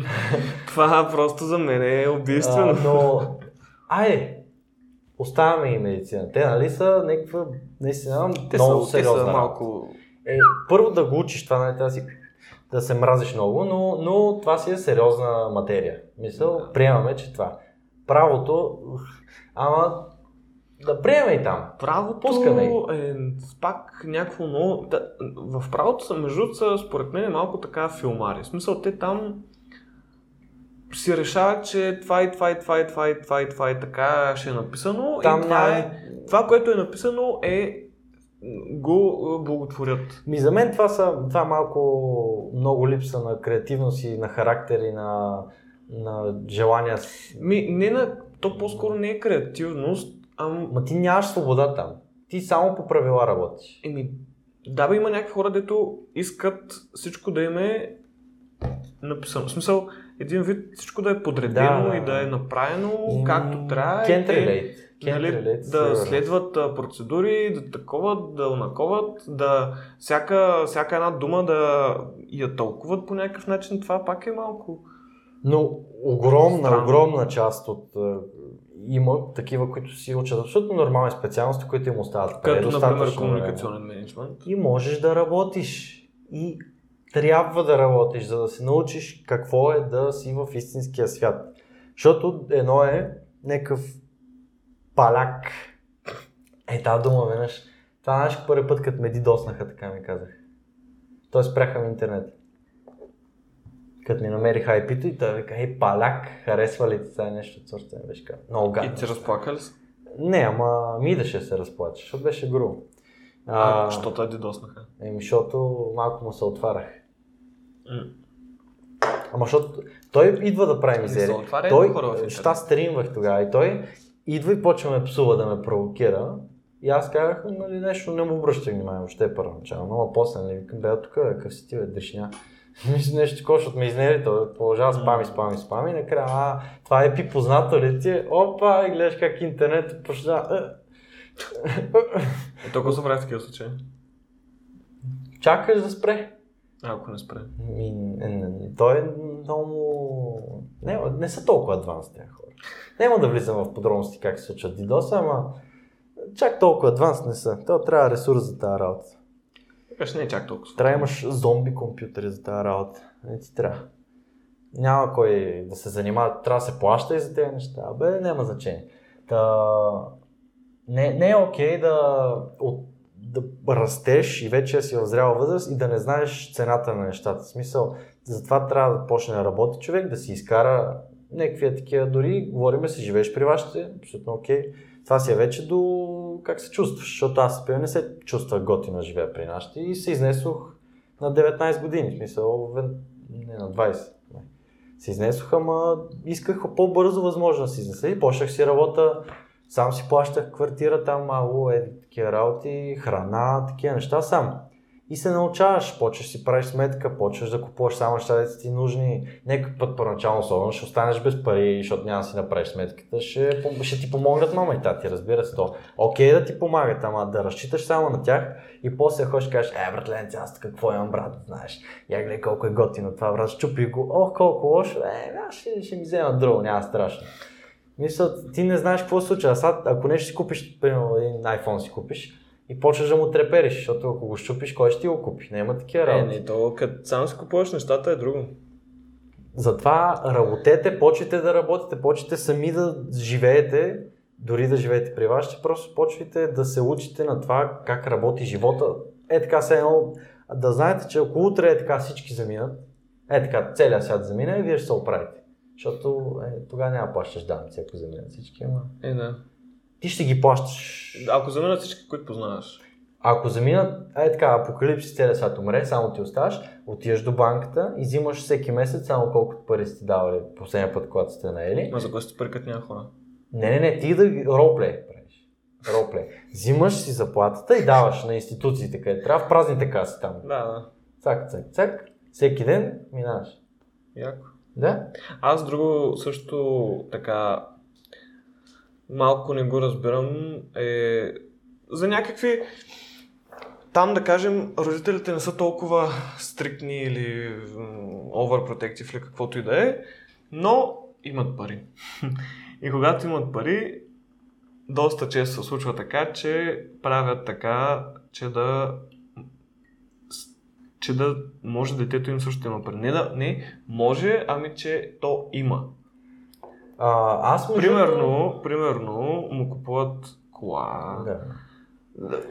[SPEAKER 1] Това просто за мен е убийствено.
[SPEAKER 2] но, айде, оставаме и медицина. Те, нали, са някаква, наистина,
[SPEAKER 1] те
[SPEAKER 2] много
[SPEAKER 1] са, те
[SPEAKER 2] сериозна
[SPEAKER 1] са
[SPEAKER 2] работа.
[SPEAKER 1] малко...
[SPEAKER 2] Е, първо да го учиш това, нали, да, си, да се мразиш много, но, но това си е сериозна материя. Мисъл,
[SPEAKER 1] Да.
[SPEAKER 2] приемаме, че това. Правото, ух, ама да приеме и там.
[SPEAKER 1] Правото
[SPEAKER 2] Пускаме
[SPEAKER 1] е пак някакво ново. Да, в правото са, между другото, са, според мен е малко така филмари. В смисъл, те там си решават, че това и това и това и това и това и това и така ще е написано.
[SPEAKER 2] Там
[SPEAKER 1] и това,
[SPEAKER 2] няма-
[SPEAKER 1] е, това, което е написано е го е, благотворят.
[SPEAKER 2] Ми за мен това са това малко много липса на креативност и на характер и на, на желания. с-
[SPEAKER 1] Ми, не на, то по-скоро не е креативност, а
[SPEAKER 2] Ма ти нямаш свобода там. Ти само по правила работиш.
[SPEAKER 1] Еми, да бе, има някакви хора, дето искат всичко да им е написано. В смисъл, един вид всичко да е подредено
[SPEAKER 2] Да, да,
[SPEAKER 1] и
[SPEAKER 2] да.
[SPEAKER 1] да е направено както трябва. и
[SPEAKER 2] Can't
[SPEAKER 1] те,
[SPEAKER 2] relate. Can't
[SPEAKER 1] нали,
[SPEAKER 2] relate,
[SPEAKER 1] да
[SPEAKER 2] сигурно.
[SPEAKER 1] следват а, процедури, да таковат, да унаковат, да всяка, всяка една дума да я тълкуват по някакъв начин. Това пак е малко.
[SPEAKER 2] Но огромна,
[SPEAKER 1] Странно.
[SPEAKER 2] огромна част от... е, Има такива, които си учат абсолютно нормални специалности, които им остават. пред
[SPEAKER 1] Като, например,
[SPEAKER 2] Е, достатъчно време.
[SPEAKER 1] комуникационен менеджмент.
[SPEAKER 2] И можеш да работиш. И трябва да работиш, за да се научиш какво е да си в истинския свят. Защото едно е някакъв паляк. Е, тази дума веднъж. Това знаеш първи път, като ме дидоснаха, така ми казах. Той спряха ми интернет. Като ми намериха IP-то и той вика, ей, паляк, харесва ли ти това нещо от сорта? Беше казал, много гадно.
[SPEAKER 1] И ти разплака ли се?
[SPEAKER 2] Не, ама ми да ще се разплачеш, защото беше грубо.
[SPEAKER 1] А, защото я дидоснаха.
[SPEAKER 2] Еми, защото малко му се отварях.
[SPEAKER 1] М.
[SPEAKER 2] Ама защото той идва да прави
[SPEAKER 1] Не е се
[SPEAKER 2] мизерия.
[SPEAKER 1] отваря
[SPEAKER 2] Ами, Той,
[SPEAKER 1] хора в интернет.
[SPEAKER 2] защото аз стримвах тогава и той идва и почва да ме псува да ме провокира. И аз казах, нали, нещо не му обръщах внимание, въобще първоначално, а после не викам, бе, а тук, бе, какъв си ти, бе, дъшня. Мисля, нещо такова, защото ме изнери, той продължава спами, спами, спами, и накрая, а, това е пи познато ли ти? е? Опа, и гледаш как интернет Е, почна. е,
[SPEAKER 1] И то какво се прави в такива случаи?
[SPEAKER 2] Чакаш да спре.
[SPEAKER 1] Ако не спре.
[SPEAKER 2] Ми, не, не, не. Той е много... Не, не са толкова адванс тези хора. Няма да влизам в подробности как се случва DDoS, ама чак толкова адванс не са. То трябва ресурс за тази работа.
[SPEAKER 1] Така ще не е чак толкова.
[SPEAKER 2] Трябва да имаш зомби компютъри за тази работа. Не ти трябва. Няма кой да се занимава, трябва да се плаща и за тези неща. Бе, няма значение. Та... Не, не е окей да, от, да растеш и вече си в зряла възраст и да не знаеш цената на нещата. В смисъл, затова трябва да почне да работи човек, да си изкара някакви такива, дори говориме си, живееш при вашите, абсолютно окей. Това си е вече до как се чувстваш, защото аз например, не се чувствах готино да живея при нашите и се изнесох на 19 години, в смисъл, вен- не на 20. май. Се изнесох, ама исках по-бързо възможно да се изнеса и почнах си работа, сам си плащах квартира там, малко е, такива работи, храна, такива неща сам. И се научаваш, почваш си правиш сметка, почваш да купуваш само нещата, ти нужни. Някой път първоначално особено ще останеш без пари, защото няма да си направиш сметката, ще, пом- ще ти помогнат мама и тати, разбира се то. Окей е да ти помагат, ама да разчиташ само на тях и после ходиш и кажеш, е братленце, аз какво имам брат, знаеш, я гледай колко е готино това брат, щупи го, ох колко лошо, е, аз ще, ще ми взема друго, няма страшно. Мисля, ти не знаеш какво се случва. А Сега, ако не ще си купиш, примерно един iPhone си купиш и почваш да му трепериш, защото ако го щупиш, кой ще ти го купи? Няма такива
[SPEAKER 1] Е,
[SPEAKER 2] работи.
[SPEAKER 1] не, то като само си купуваш нещата е друго.
[SPEAKER 2] Затова работете, почвайте да работите, почвайте сами да живеете, дори да живеете при вас, ще просто почвайте да се учите на това как работи живота. Е така се едно, да знаете, че ако утре е така всички заминат, е така целият свят замине, вие ще се оправите. Защото е, тогава няма да плащаш данъци, ако заминат всички, ама
[SPEAKER 1] Е, да.
[SPEAKER 2] ти ще ги плащаш.
[SPEAKER 1] Ако заминат всички, които познаваш.
[SPEAKER 2] Ако заминат, е така, апокалипсис целия свят умре, само ти оставаш, отиваш до банката и взимаш всеки месец само колкото пари сте давали последния път, когато сте наели.
[SPEAKER 1] Ма за кой сте пари, няма хора?
[SPEAKER 2] Не, не, не, ти да ги- ролплей правиш. Ролплей. Взимаш си заплатата и даваш на институциите, къде трябва, в празните каси там.
[SPEAKER 1] Да, да.
[SPEAKER 2] Цак, цак, цак. Всеки ден минаваш.
[SPEAKER 1] Яко.
[SPEAKER 2] Да?
[SPEAKER 1] Аз друго също така малко не го разбирам е за някакви там да кажем родителите не са толкова стриктни или м, overprotective или каквото и да е, но имат пари. И когато имат пари, доста често се случва така, че правят така, че да че да може детето им също да има пари. Не, да, не може, ами че то има.
[SPEAKER 2] А, аз между-
[SPEAKER 1] Примерно, примерно му купуват кола.
[SPEAKER 2] Да.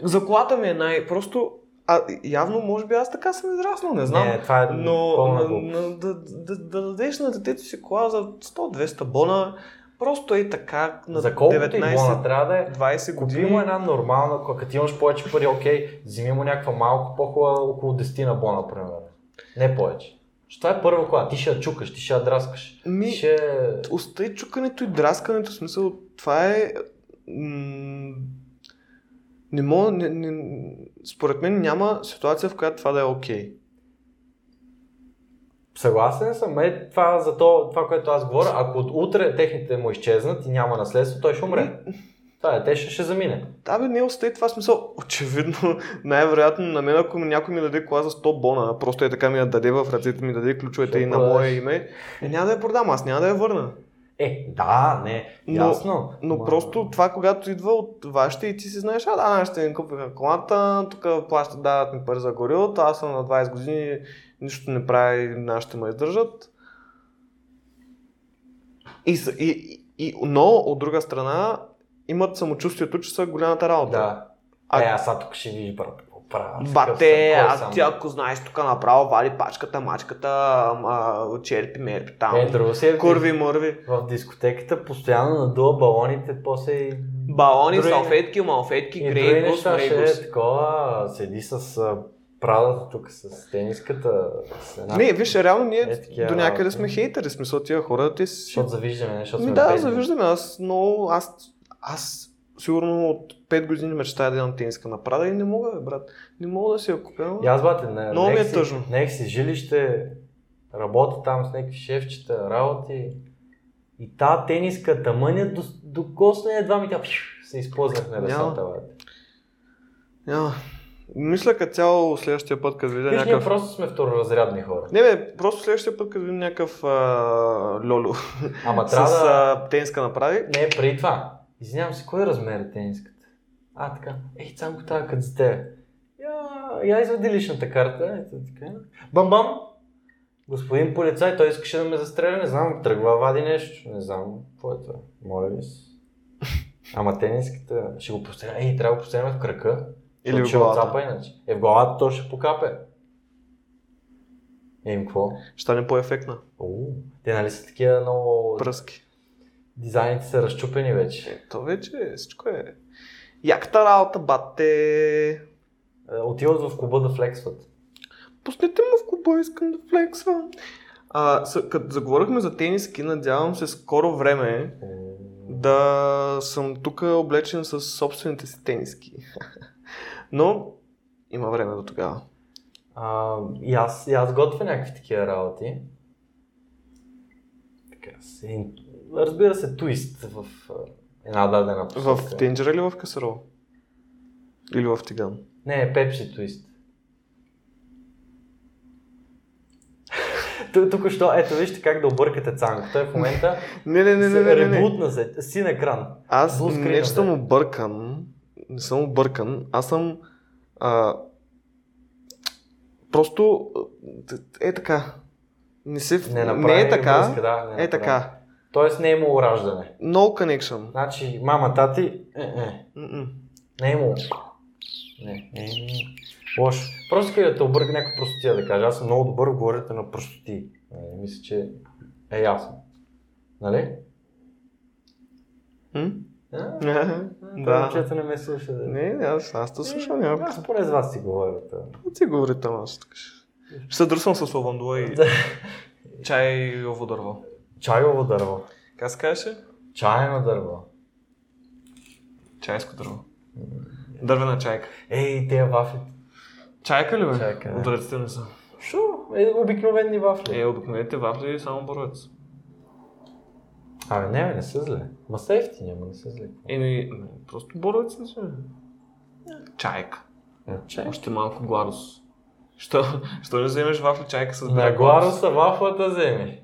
[SPEAKER 1] За колата ми е най... Просто... А, явно, може би аз така съм израснал, не знам.
[SPEAKER 2] Не, това е
[SPEAKER 1] но
[SPEAKER 2] пълна
[SPEAKER 1] на,
[SPEAKER 2] глупост.
[SPEAKER 1] на, да, да, да дадеш на детето си кола за 100-200 бона, просто е така на
[SPEAKER 2] За колкото и бона
[SPEAKER 1] 19-20
[SPEAKER 2] трябва да е, Купи
[SPEAKER 1] години.
[SPEAKER 2] му една нормална, кола, като имаш повече пари, окей, вземи му някаква малко по-хубава, около 10 на бона, примерно. Не повече. Що това е първа кола, ти ще я чукаш, ти ще я драскаш. Ти
[SPEAKER 1] Ми,
[SPEAKER 2] ще...
[SPEAKER 1] Остай чукането и драскането, в смисъл, това е... м, Не мога, не, не, според мен няма ситуация, в която това да е окей.
[SPEAKER 2] Съгласен съм, е това за то, това, което аз говоря, ако от утре техните му изчезнат и няма наследство, той ще умре. Това дете ще, ще замине.
[SPEAKER 1] Да, бе, не остай това в смисъл. Очевидно, най-вероятно на мен, ако някой ми даде кола за 100 бона, просто е така ми я даде в ръцете ми, даде ключовете
[SPEAKER 2] Ще
[SPEAKER 1] и на
[SPEAKER 2] продадеш.
[SPEAKER 1] мое име, е, няма да я продам, аз няма да я върна.
[SPEAKER 2] Е, да, не,
[SPEAKER 1] Но-
[SPEAKER 2] ясно.
[SPEAKER 1] Но
[SPEAKER 2] ма-
[SPEAKER 1] просто това, когато идва от вашите и ти си знаеш, а да, нашите ми купиха колата, тук плащат, дават ми пари за горилото, аз съм на 20 години, нищо не прави, нашите ме издържат. И, са- и, и- и, но, от друга страна, имат самочувствието, че са голямата работа.
[SPEAKER 2] Да.
[SPEAKER 1] А-
[SPEAKER 2] А... Е, аз сега тук ще видиш, брат, какво правя. такъв
[SPEAKER 1] Бате,
[SPEAKER 2] съм, кой
[SPEAKER 1] аз
[SPEAKER 2] съм.
[SPEAKER 1] ти ако знаеш тук направо, вади пачката, мачката, ама, черпи, мерпи там.
[SPEAKER 2] Е, друго си е.
[SPEAKER 1] Курви, мърви.
[SPEAKER 2] в дискотеката постоянно надува балоните, после и,
[SPEAKER 1] Балони,
[SPEAKER 2] Други-
[SPEAKER 1] салфетки, малфетки,
[SPEAKER 2] и други
[SPEAKER 1] грейгус,
[SPEAKER 2] неща ще
[SPEAKER 1] мрейгус.
[SPEAKER 2] е такова, седи с а, прадата тук, с тениската, с една...
[SPEAKER 1] Не, виж, реално ние
[SPEAKER 2] Е, такива
[SPEAKER 1] до някъде
[SPEAKER 2] работи.
[SPEAKER 1] сме хейтери, смисъл тия хора, те си...
[SPEAKER 2] Защото завиждаме, не, защото
[SPEAKER 1] Ми
[SPEAKER 2] сме
[SPEAKER 1] да,
[SPEAKER 2] бедни.
[SPEAKER 1] завиждаме, аз много, аз, аз сигурно от 5 години мечтая да имам тениска на Прада и не мога, бе, брат. Не мога да си я купя.
[SPEAKER 2] И аз, бате, не,
[SPEAKER 1] Много ми е
[SPEAKER 2] нех си-
[SPEAKER 1] тъжно.
[SPEAKER 2] Нех си жилище, работя там с някакви шефчета, работи. И та тениска тъмъня до, докосна едва ми тя пш, се използвах на
[SPEAKER 1] Няма. е
[SPEAKER 2] ресата, бате.
[SPEAKER 1] Няма.
[SPEAKER 3] Мисля като цяло следващия път, като видя
[SPEAKER 2] Виж, ние
[SPEAKER 3] някакъв...
[SPEAKER 2] просто сме второразрядни хора.
[SPEAKER 3] Не бе, просто следващия път, като видим някакъв а, лоло
[SPEAKER 2] Ама
[SPEAKER 3] с
[SPEAKER 2] трябва да...
[SPEAKER 3] а, тениска направи.
[SPEAKER 2] Не, преди това. Извинявам се, кой размер е тениската? А, така. Ей, само тази като за тебе. Я, я извади личната карта. Ето така. Бам-бам! Господин полицай, той искаше да ме застреля, не знам, тръгва, вади нещо, не знам, какво е това, моля ви се. Ама тениската, ще го постреля, ей, трябва да го постреляме в крака,
[SPEAKER 3] Или в
[SPEAKER 2] ще
[SPEAKER 3] главата.
[SPEAKER 2] отцапа иначе. Е, в главата то ще покапе. Ем, какво?
[SPEAKER 3] Ще стане по-ефектна.
[SPEAKER 2] Уу, те нали са такива много...
[SPEAKER 3] Пръски.
[SPEAKER 2] Дизайните са разчупени вече.
[SPEAKER 3] То вече всичко е... Яката работа, бате!
[SPEAKER 2] Е, Отиват в клуба да флексват.
[SPEAKER 3] Пуснете му в клуба, искам да флексвам. А, с, като заговорихме за тениски, надявам се скоро време
[SPEAKER 2] Е,
[SPEAKER 3] да съм тук облечен с собствените си тениски. Но има време до тогава.
[SPEAKER 2] А, и, аз, и аз готвя някакви такива работи. Така, с един- разбира се, твист в а, една дадена
[SPEAKER 3] В
[SPEAKER 2] посока.
[SPEAKER 3] тенджера или в касарол? Или в тиган?
[SPEAKER 2] Не, пепси твист. Ту- Тук що, ето вижте как да объркате цанко. Той в момента
[SPEAKER 3] Не, не, не, не, не, не, не.
[SPEAKER 2] ребутна се, син екран.
[SPEAKER 3] Аз
[SPEAKER 2] Блускрина,
[SPEAKER 3] не, че съм
[SPEAKER 2] бе.
[SPEAKER 3] объркан. Не съм объркан. Аз съм... А, просто... Е така. Не, се, не,
[SPEAKER 2] направи
[SPEAKER 3] не е така.
[SPEAKER 2] връзка, да, не
[SPEAKER 3] е
[SPEAKER 2] направи.
[SPEAKER 3] така.
[SPEAKER 2] Тоест не е имало раждане.
[SPEAKER 3] No connection.
[SPEAKER 2] Значи мама, тати, е, е.
[SPEAKER 3] М-м.
[SPEAKER 2] Не е имало. Не, не, не. Лошо. Просто исках да те обърка някаква простотия да кажа. Аз съм много добър в говорите на простоти. Е, мисля, че е ясно. Нали?
[SPEAKER 3] М?
[SPEAKER 2] А, това
[SPEAKER 3] Да.
[SPEAKER 2] Момчето не ме слуша. Да.
[SPEAKER 3] Не, не, аз, аз те слушам,
[SPEAKER 2] Е,
[SPEAKER 3] няма
[SPEAKER 2] Аз поне с вас си говоря. та.
[SPEAKER 3] какво ти говори там, аз така ще... Ще се дръсвам с лавандула и
[SPEAKER 1] Чай и ово дърво.
[SPEAKER 2] Чайово дърво.
[SPEAKER 1] Как се казваше?
[SPEAKER 2] Чайно дърво.
[SPEAKER 1] Чайско дърво. Дървена чайка.
[SPEAKER 2] Ей, тези вафли.
[SPEAKER 1] Чайка ли бе?
[SPEAKER 2] Чайка, да.
[SPEAKER 1] Отриците не са.
[SPEAKER 2] Шо? Е, обикновени вафли.
[SPEAKER 1] Е, обикновените вафли и само боровец.
[SPEAKER 2] Абе, не, бе, не са зле. Ма са ефтини, ама не са зле.
[SPEAKER 1] Еми, м, Е, просто боровец не са. бе. Чайка.
[SPEAKER 2] Е, Чай.
[SPEAKER 1] Още малко гладост. Що, що не вземеш вафли чайка с
[SPEAKER 2] На
[SPEAKER 1] бял
[SPEAKER 2] гларо
[SPEAKER 1] гладост?
[SPEAKER 2] са вафлата земи.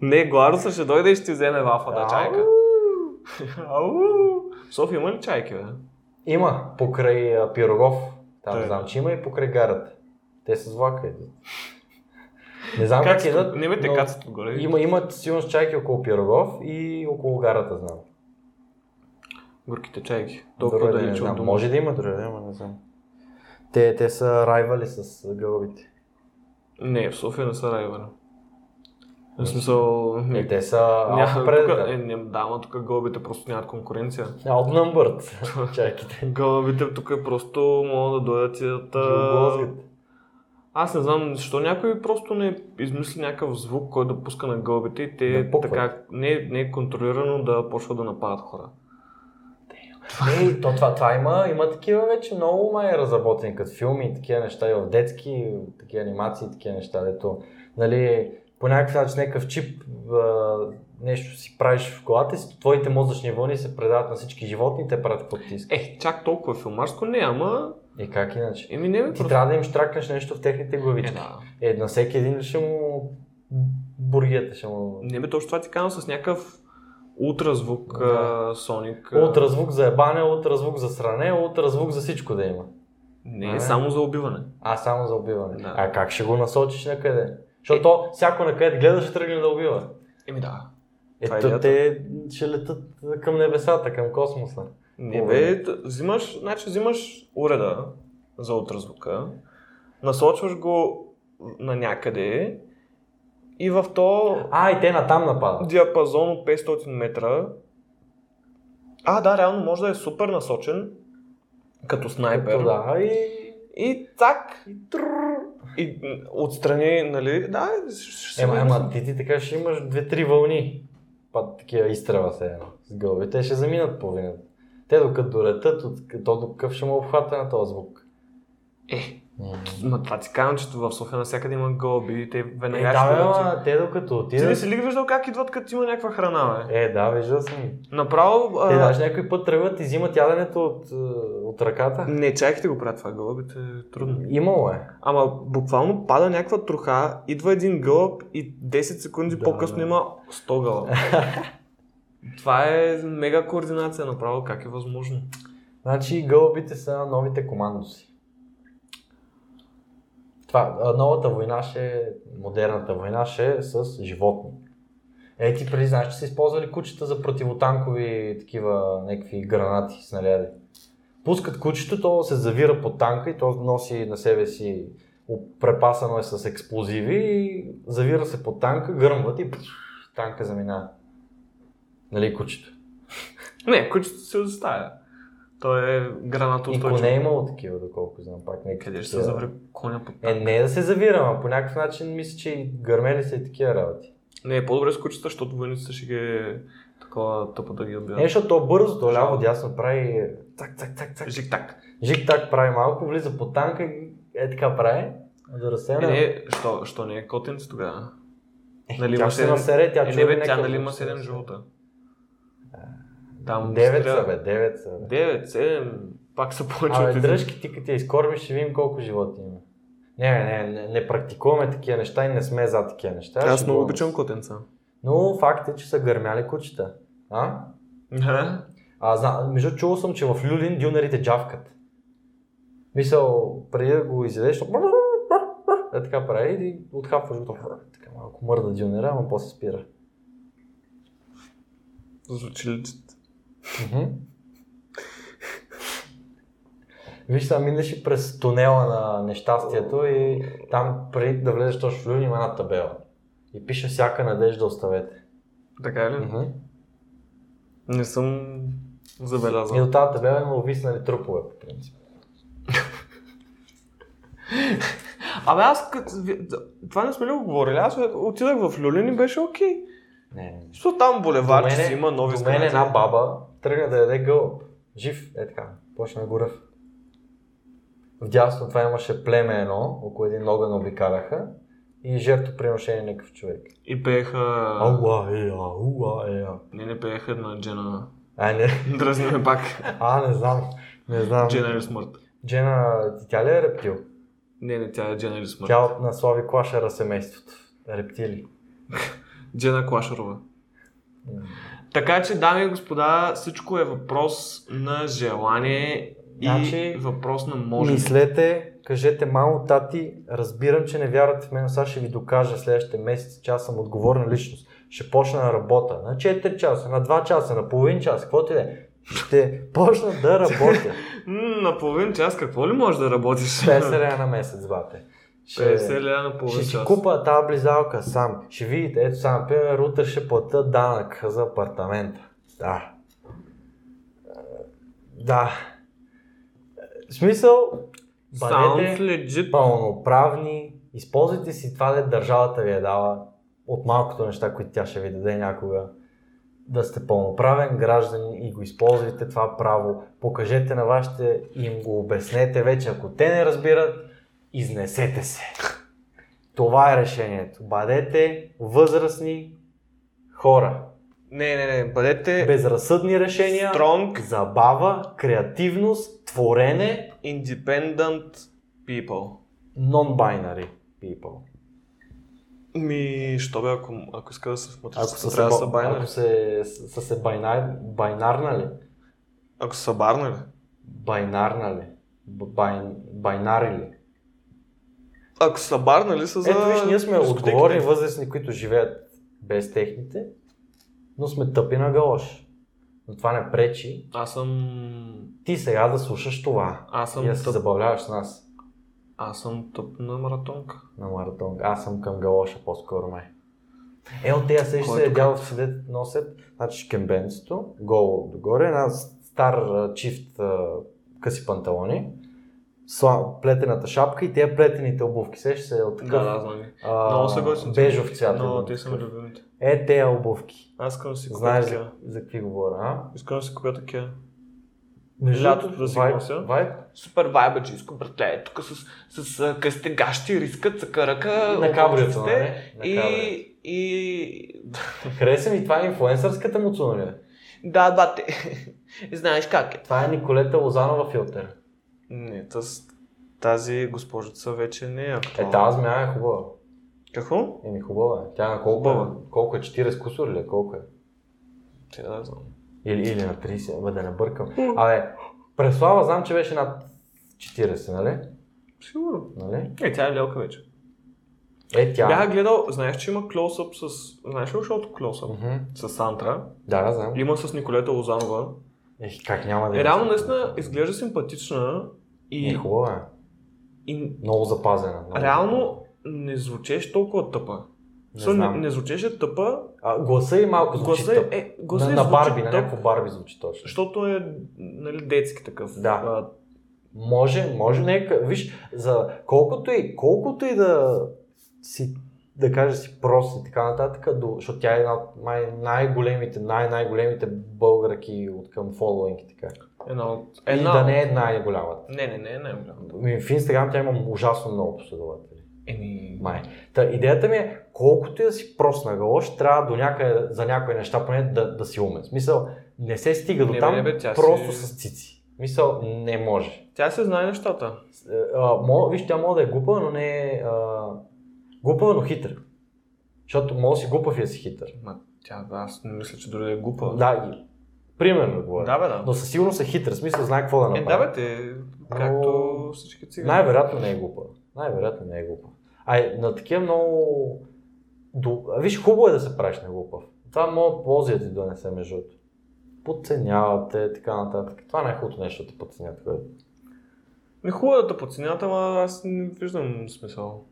[SPEAKER 1] Не, гладоса ще дойде и ще ти вземе вафлата
[SPEAKER 2] Ау.
[SPEAKER 1] чайка. Ау! В София има ли чайки, бе?
[SPEAKER 2] Има покрай а, Пирогов. Там
[SPEAKER 1] Тъй.
[SPEAKER 2] знам, че има и покрай гарата. Те с влака идват. Не знам как
[SPEAKER 1] Кацата-
[SPEAKER 2] идват.
[SPEAKER 1] Не бе, те
[SPEAKER 2] но
[SPEAKER 1] кацат отгоре.
[SPEAKER 2] Има, имат силно с чайки около Пирогов и около гарата, знам.
[SPEAKER 1] Горките чайки.
[SPEAKER 2] Друга
[SPEAKER 1] Толкова е
[SPEAKER 2] да не
[SPEAKER 1] далеч от
[SPEAKER 2] знам.
[SPEAKER 1] дома.
[SPEAKER 2] Може да има друга, ама не знам. Те, те са райвали с гълбите.
[SPEAKER 1] Не, в София не са райвера. В смисъл...
[SPEAKER 2] И
[SPEAKER 1] Не,
[SPEAKER 2] Е, те са
[SPEAKER 1] няма, тук, е,
[SPEAKER 2] предата.
[SPEAKER 1] не, да, ама тук гълбите просто нямат конкуренция.
[SPEAKER 2] Outnumbered чайките.
[SPEAKER 1] Гълъбите тук е просто могат да дойдат и да...
[SPEAKER 2] Гълбозгат.
[SPEAKER 1] та- Аз не знам защо някой просто не измисли някакъв звук, който да пуска на гълбите и те
[SPEAKER 2] Да пукват.
[SPEAKER 1] така не, не е контролирано да почват да нападат хора.
[SPEAKER 2] Ей, то това, това има, има такива вече много май е разработени, като филми и такива неща, и в детски, и в такива анимации, и такива неща, дето, нали, по някакъв начин някакъв чип, а, нещо си правиш в колата и си, твоите мозъчни вълни се предават на всички животни, и те правят каквото ти искат.
[SPEAKER 1] Е, чак толкова филмарско не, ама...
[SPEAKER 2] И как иначе?
[SPEAKER 1] Еми не ми
[SPEAKER 2] Ти трябва да им штракнеш нещо в техните
[SPEAKER 1] Е,
[SPEAKER 2] главички.
[SPEAKER 1] да.
[SPEAKER 2] Е, на всеки един ще му бургията ще му...
[SPEAKER 1] Не бе, точно това ти казвам с някакъв ултразвук
[SPEAKER 2] Да.
[SPEAKER 1] а, Соник. а,
[SPEAKER 2] Ултразвук за ебане, ултразвук за сране, ултразвук за всичко да има.
[SPEAKER 1] Не,
[SPEAKER 2] А.
[SPEAKER 1] е само за убиване.
[SPEAKER 2] А, само за убиване.
[SPEAKER 1] Да. Е.
[SPEAKER 2] А как ще го насочиш на къде? Защото всяко на къде гледа ще тръгне да убива.
[SPEAKER 1] Еми да. Това е
[SPEAKER 2] Ето
[SPEAKER 1] идеята.
[SPEAKER 2] те ще летат към небесата, към космоса.
[SPEAKER 1] Не
[SPEAKER 2] е?
[SPEAKER 1] бе, т- взимаш, значи взимаш уреда за ултразвука, насочваш го на някъде и в то
[SPEAKER 2] А, и те натам нападат.
[SPEAKER 1] диапазон от 500 метра. А, да, реално може да е супер насочен, като снайпер.
[SPEAKER 2] Ето да, и...
[SPEAKER 1] И так, и, тррр, и м, отстрани, нали, да, ще ще
[SPEAKER 2] Ема,
[SPEAKER 1] се-
[SPEAKER 2] ема, ти, ти така ще имаш две-три вълни. Пат такива изстрела се едно. С гълби. Те ще заминат половината. Те докато долетат, от, то до къв ще му обхвата на този звук.
[SPEAKER 1] Е, Ма това ти казвам, че в София навсякъде има гълби, те
[SPEAKER 2] Е,
[SPEAKER 1] веднага ще
[SPEAKER 2] да, бе,
[SPEAKER 1] бъдат.
[SPEAKER 2] ма, те докато
[SPEAKER 1] Ти не
[SPEAKER 2] отидат...
[SPEAKER 1] си ли виждал как идват, като има някаква храна, бе?
[SPEAKER 2] Е, да, виждал съм ги.
[SPEAKER 1] Направо...
[SPEAKER 2] Те
[SPEAKER 1] а,
[SPEAKER 2] даже някой път тръгват и взимат яденето от, е, от ръката.
[SPEAKER 1] Не, чакайте го, брат, това гълъбите е трудно.
[SPEAKER 2] Имало е.
[SPEAKER 1] Ама буквално пада някаква труха, идва един гълъб и 10 секунди
[SPEAKER 2] Да,
[SPEAKER 1] по-късно
[SPEAKER 2] да.
[SPEAKER 1] има 100 гълъба. Това е мега координация направо, как е възможно.
[SPEAKER 2] Значи гълбите са новите командоси. Това, а, новата война ще, е- модерната война ще е с животни. Е, ти преди знаеш, че са използвали кучета за противотанкови такива някакви гранати снаряди. Пускат кучето, то се завира под танка и то носи на себе си оп- препасано е с експлозиви и завира се под танка, гръмват и пф, танка заминава. Нали кучето?
[SPEAKER 1] Не, кучето се заставя. Той е
[SPEAKER 2] И
[SPEAKER 1] гранатоустойчив.
[SPEAKER 2] коне е имало такива, доколко знам пак. някакви
[SPEAKER 1] Къде ще се
[SPEAKER 2] такива.
[SPEAKER 1] завре коня под
[SPEAKER 2] Е,
[SPEAKER 1] танк?
[SPEAKER 2] не да се завирам, а по някакъв начин мисля, че и гърмели са и такива работи.
[SPEAKER 1] Не, е по-добре с кучета, защото войниците ще ги е такова тъпо да ги
[SPEAKER 2] Не,
[SPEAKER 1] отбиват.
[SPEAKER 2] защото то бързо, то ляво дясно прави так, так, так,
[SPEAKER 1] Е,
[SPEAKER 2] так.
[SPEAKER 1] Жик-так.
[SPEAKER 2] Жик так прави малко, влиза по танка и е така прави. Да
[SPEAKER 1] Е,
[SPEAKER 2] разсена.
[SPEAKER 1] не, що, що не е котенце тогава? Нали
[SPEAKER 2] тя
[SPEAKER 1] има
[SPEAKER 2] ще се насере, тя
[SPEAKER 1] Е, не
[SPEAKER 2] чуе
[SPEAKER 1] бе, тя
[SPEAKER 2] някакъв-
[SPEAKER 1] нали има 7 живота? Там
[SPEAKER 2] Девет
[SPEAKER 1] трябва-
[SPEAKER 2] са, бе, девет са. бе.
[SPEAKER 1] 9, 7, пак са повече от
[SPEAKER 2] Абе,
[SPEAKER 1] един.
[SPEAKER 2] дръжки, ти като я изкормиш, ще видим колко животи има. Не, бе, не, не, не практикуваме такива неща и не сме за такива неща.
[SPEAKER 1] Аз
[SPEAKER 2] Ще
[SPEAKER 1] много
[SPEAKER 2] го-
[SPEAKER 1] обичам котенца.
[SPEAKER 2] Но факт е, че са гърмяли кучета. А?
[SPEAKER 1] Да.
[SPEAKER 2] А, зна, между чувал съм, че в Люлин дюнерите джавкат. Мисъл, преди да го изядеш, то е така прави и отхапваш го. то Така малко мърда дюнера, ама после спира.
[SPEAKER 1] Звучи ли? ти-
[SPEAKER 2] Мгм. Виж, сега минеш и през тунела на нещастието и там преди да влезеш точно в Люлин има една табела. И пише всяка надежда оставете.
[SPEAKER 1] Така ли?
[SPEAKER 2] Мгм.
[SPEAKER 1] Не съм
[SPEAKER 2] И
[SPEAKER 1] забелязал.
[SPEAKER 2] от тази табела има увиснали трупове, по принцип.
[SPEAKER 1] Абе аз като... ви- Това не сме ли го говорили? Аз отидах в Люлин и беше окей.
[SPEAKER 2] Не, не, не.
[SPEAKER 1] Що там булевар, че
[SPEAKER 2] До мене-
[SPEAKER 1] си има нови
[SPEAKER 2] До мен
[SPEAKER 1] станции.
[SPEAKER 2] една баба тръгна да яде гълъб. Жив, е така. Почна да го ръв. Вдясно това имаше племе едно, около един огън обикаляха и жертвоприношение на някакъв човек.
[SPEAKER 1] И пееха...
[SPEAKER 2] Ауа, е, еа, ауа, еа.
[SPEAKER 1] Не, не пееха на Джена.
[SPEAKER 2] А, не,
[SPEAKER 1] Дръзни ме пак.
[SPEAKER 2] а, не знам. Не знам.
[SPEAKER 1] Джена или смърт.
[SPEAKER 2] Джена, тя ли е рептил?
[SPEAKER 1] Не, не, тя е Джена или смърт.
[SPEAKER 2] Тя от на Слави Клашера семейството. Рептили.
[SPEAKER 1] Джена Клашарова. Така че, дами и господа, всичко е въпрос на желание и
[SPEAKER 2] Значи,
[SPEAKER 1] въпрос на
[SPEAKER 2] Може.
[SPEAKER 1] може.
[SPEAKER 2] Мислете, кажете, мамо, тати, разбирам, че не вярвате в мен, но сега ще ви докажа следващите месец, че аз съм отговорна личност. Ще почна да работя на 4 часа, на 2 часа, на половин час, каквото и да е. Ще почна да работя.
[SPEAKER 1] М, На половин час какво ли можеш да работиш?
[SPEAKER 2] 50 лева е на месец, бате.
[SPEAKER 1] 50 лева на е половин
[SPEAKER 2] Ще си
[SPEAKER 1] час.
[SPEAKER 2] купа тази близалка сам. Ще видите, ето сам, например, утре ще плата данък за апартамента. Да. Е, Да. Е, В смисъл,
[SPEAKER 1] Sounds
[SPEAKER 2] бъдете
[SPEAKER 1] legit.
[SPEAKER 2] пълноправни, използвайте си това, де държавата ви е дала от малкото неща, които тя ще ви даде някога. Да сте пълноправен гражданин и го използвайте това право. Покажете на вашите и им го обяснете вече. Ако те не разбират, изнесете се. Това е решението. Бъдете възрастни хора.
[SPEAKER 1] Не, не, не, бъдете
[SPEAKER 2] Безразсъдни решения,
[SPEAKER 1] strong,
[SPEAKER 2] забава, креативност, творене,
[SPEAKER 1] independent people.
[SPEAKER 2] non-binary people.
[SPEAKER 1] Ми, що бе, ако, ако иска да са в
[SPEAKER 2] Ако
[SPEAKER 1] матрицата,
[SPEAKER 2] са,
[SPEAKER 1] трябва да
[SPEAKER 2] се,
[SPEAKER 1] са
[SPEAKER 2] ба-
[SPEAKER 1] байнери.
[SPEAKER 2] ако се, с- са се байнар, байнарнали,
[SPEAKER 1] Ако са барнали.
[SPEAKER 2] байнарнали, б- байн, байнарили.
[SPEAKER 1] Ако са барнали, са за...
[SPEAKER 2] Ето виж, ние сме
[SPEAKER 1] дискотеките.
[SPEAKER 2] отговорни възрастни, които живеят без техните, но сме тъпи на галош. Но това не пречи
[SPEAKER 1] Аз съм...
[SPEAKER 2] ти сега да слушаш това
[SPEAKER 1] Аз съм
[SPEAKER 2] и да се
[SPEAKER 1] тъп.
[SPEAKER 2] забавляваш с нас
[SPEAKER 1] Аз съм тъп на маратонка.
[SPEAKER 2] на маратон. Аз съм към галоша по-скоро май. Е, от тези се ще
[SPEAKER 1] Който
[SPEAKER 2] се дял в съдете носят, значи шкембенцето, голо догоре, една стар а, чифт а, къси панталони, сла- плетената шапка и тези плетените обувки. Се ще се от такъв
[SPEAKER 1] Да, да, знам. ги.
[SPEAKER 2] а,
[SPEAKER 1] Много съгласен. съм.
[SPEAKER 2] бежов цвят.
[SPEAKER 1] Много,
[SPEAKER 2] един
[SPEAKER 1] те са ми
[SPEAKER 2] такъв.
[SPEAKER 1] любимите.
[SPEAKER 2] Е, тези обувки.
[SPEAKER 1] Аз искам да си купя
[SPEAKER 2] Знаеш
[SPEAKER 1] такива.
[SPEAKER 2] за, за какви говоря, а?
[SPEAKER 1] Искам да си купя такива.
[SPEAKER 2] Между
[SPEAKER 1] Лятото
[SPEAKER 2] другото,
[SPEAKER 1] да си
[SPEAKER 2] вайб-
[SPEAKER 1] нося. Е,
[SPEAKER 2] Вайб,
[SPEAKER 1] Супер вайбаджийско, братле. е Тук с, с, с къстегащи рискат са карака.
[SPEAKER 2] на кабрията,
[SPEAKER 1] лопатиците
[SPEAKER 2] нали? На кабрията.
[SPEAKER 1] И, и...
[SPEAKER 2] Хареса ми, това е инфлуенсърската му цунали.
[SPEAKER 1] Да, бате. Знаеш как е.
[SPEAKER 2] Това е Николета Лозанова филтър.
[SPEAKER 1] Не, таз, тази госпожица вече не е актуална.
[SPEAKER 2] Е, тази змия е хубава.
[SPEAKER 1] Какво?
[SPEAKER 2] Еми хубава е. Тя на колко е?
[SPEAKER 1] Хубава.
[SPEAKER 2] Колко е? 40 кусор ли? е? Колко е?
[SPEAKER 1] Те да знам.
[SPEAKER 2] Или, или на 30, бе да не бъркам. Абе, Преслава знам, че беше над 40, нали?
[SPEAKER 1] Сигурно.
[SPEAKER 2] нали?
[SPEAKER 1] Е, тя е лелка вече.
[SPEAKER 2] Е, тя.
[SPEAKER 1] Бях гледал, знаеш, че има клоусъп с... Знаеш ли шоуто клоусъп?
[SPEAKER 2] Мгм.
[SPEAKER 1] С Сантра.
[SPEAKER 2] Да, да, знам.
[SPEAKER 1] Има с Николета Лозанова.
[SPEAKER 2] Ех, как няма да
[SPEAKER 1] Е,
[SPEAKER 2] я
[SPEAKER 1] реално
[SPEAKER 2] знам.
[SPEAKER 1] наистина изглежда симпатична и,
[SPEAKER 2] Е, хубава е.
[SPEAKER 1] и
[SPEAKER 2] Много запазена. Много запазена.
[SPEAKER 1] реално не звучеше толкова тъпа.
[SPEAKER 2] Не
[SPEAKER 1] Не, не,
[SPEAKER 2] знам.
[SPEAKER 1] не звучеше тъпа,
[SPEAKER 2] А, гласа и малко звучи
[SPEAKER 1] гласа
[SPEAKER 2] тъп.
[SPEAKER 1] е, е, гласа
[SPEAKER 2] на,
[SPEAKER 1] е
[SPEAKER 2] на
[SPEAKER 1] звучи
[SPEAKER 2] Барби, нали? на
[SPEAKER 1] тъп,
[SPEAKER 2] някакво Барби звучи точно.
[SPEAKER 1] защото е нали, детски такъв.
[SPEAKER 2] Да.
[SPEAKER 1] А,
[SPEAKER 2] Може, може, нека. Виж, за колкото и, колкото и да си, да кажа си прост и така нататък, до, защото тя е една от май, най-големите, най-най-големите българки от към фолуинг и така.
[SPEAKER 1] една от...
[SPEAKER 2] И
[SPEAKER 1] Една...
[SPEAKER 2] да не е най-голямата.
[SPEAKER 1] Не, не, не, не, не.
[SPEAKER 2] Ми, В Инстаграм тя има ужасно много последователи.
[SPEAKER 1] Еми...
[SPEAKER 2] Май. Та, идеята ми е, колкото и да си прост на галош, трябва до някъде, за някои неща поне да, да си умен. В Смисъл, не се стига до
[SPEAKER 1] Не,
[SPEAKER 2] там,
[SPEAKER 1] бе, бе, тя си-
[SPEAKER 2] просто с цици. Мисъл, не може.
[SPEAKER 1] Тя се знае нещата.
[SPEAKER 2] Е, а, мо- виж, тя може да е глупава, но не е а, глупава, но хитър. Защото може да си глупав и да си хитър.
[SPEAKER 1] Ма, тя, аз не мисля, че дори да е глупа.
[SPEAKER 2] Да, и, примерно говоря.
[SPEAKER 1] да бе, да.
[SPEAKER 2] Но със сигурност е хитър, в смисъл знае какво да
[SPEAKER 1] Е,
[SPEAKER 2] направи.
[SPEAKER 1] да бе, те, както всички цигани.
[SPEAKER 2] Най-вероятно не е глупа. Най-вероятно не е глупа. Ай, на такива много... До... а, Виж, хубаво е да се правиш на глупав. Това мога ползи да ти донесе между другото. Подценявате, така нататък. Това е най-хубавото нещо, да те подценят. хората.
[SPEAKER 1] Ми хубаво е да те подценят, ама аз не виждам смисъл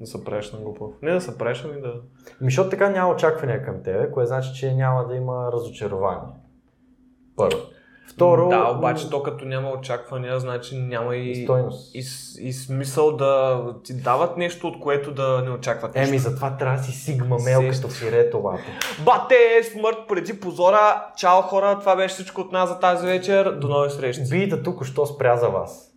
[SPEAKER 1] да се правиш на глупав. Не да се правиш, ами да...
[SPEAKER 2] Ми, защото така няма очаквания към тебе, което значи, че няма да има разочарование. Първо. Второ,
[SPEAKER 1] Да, обаче то като няма очаквания, значи няма
[SPEAKER 2] и
[SPEAKER 1] и,
[SPEAKER 2] стойност.
[SPEAKER 1] и, с- и смисъл да ти дават нещо, от което да не очакват нещо.
[SPEAKER 2] Еми, затова трябва да си сигма мел,
[SPEAKER 1] Сещ.
[SPEAKER 2] като фире това.
[SPEAKER 1] Бате, е смърт преди позора. Чао хора, това беше всичко от нас за тази вечер. До нови срещи.
[SPEAKER 2] Бита тук, що спря за вас.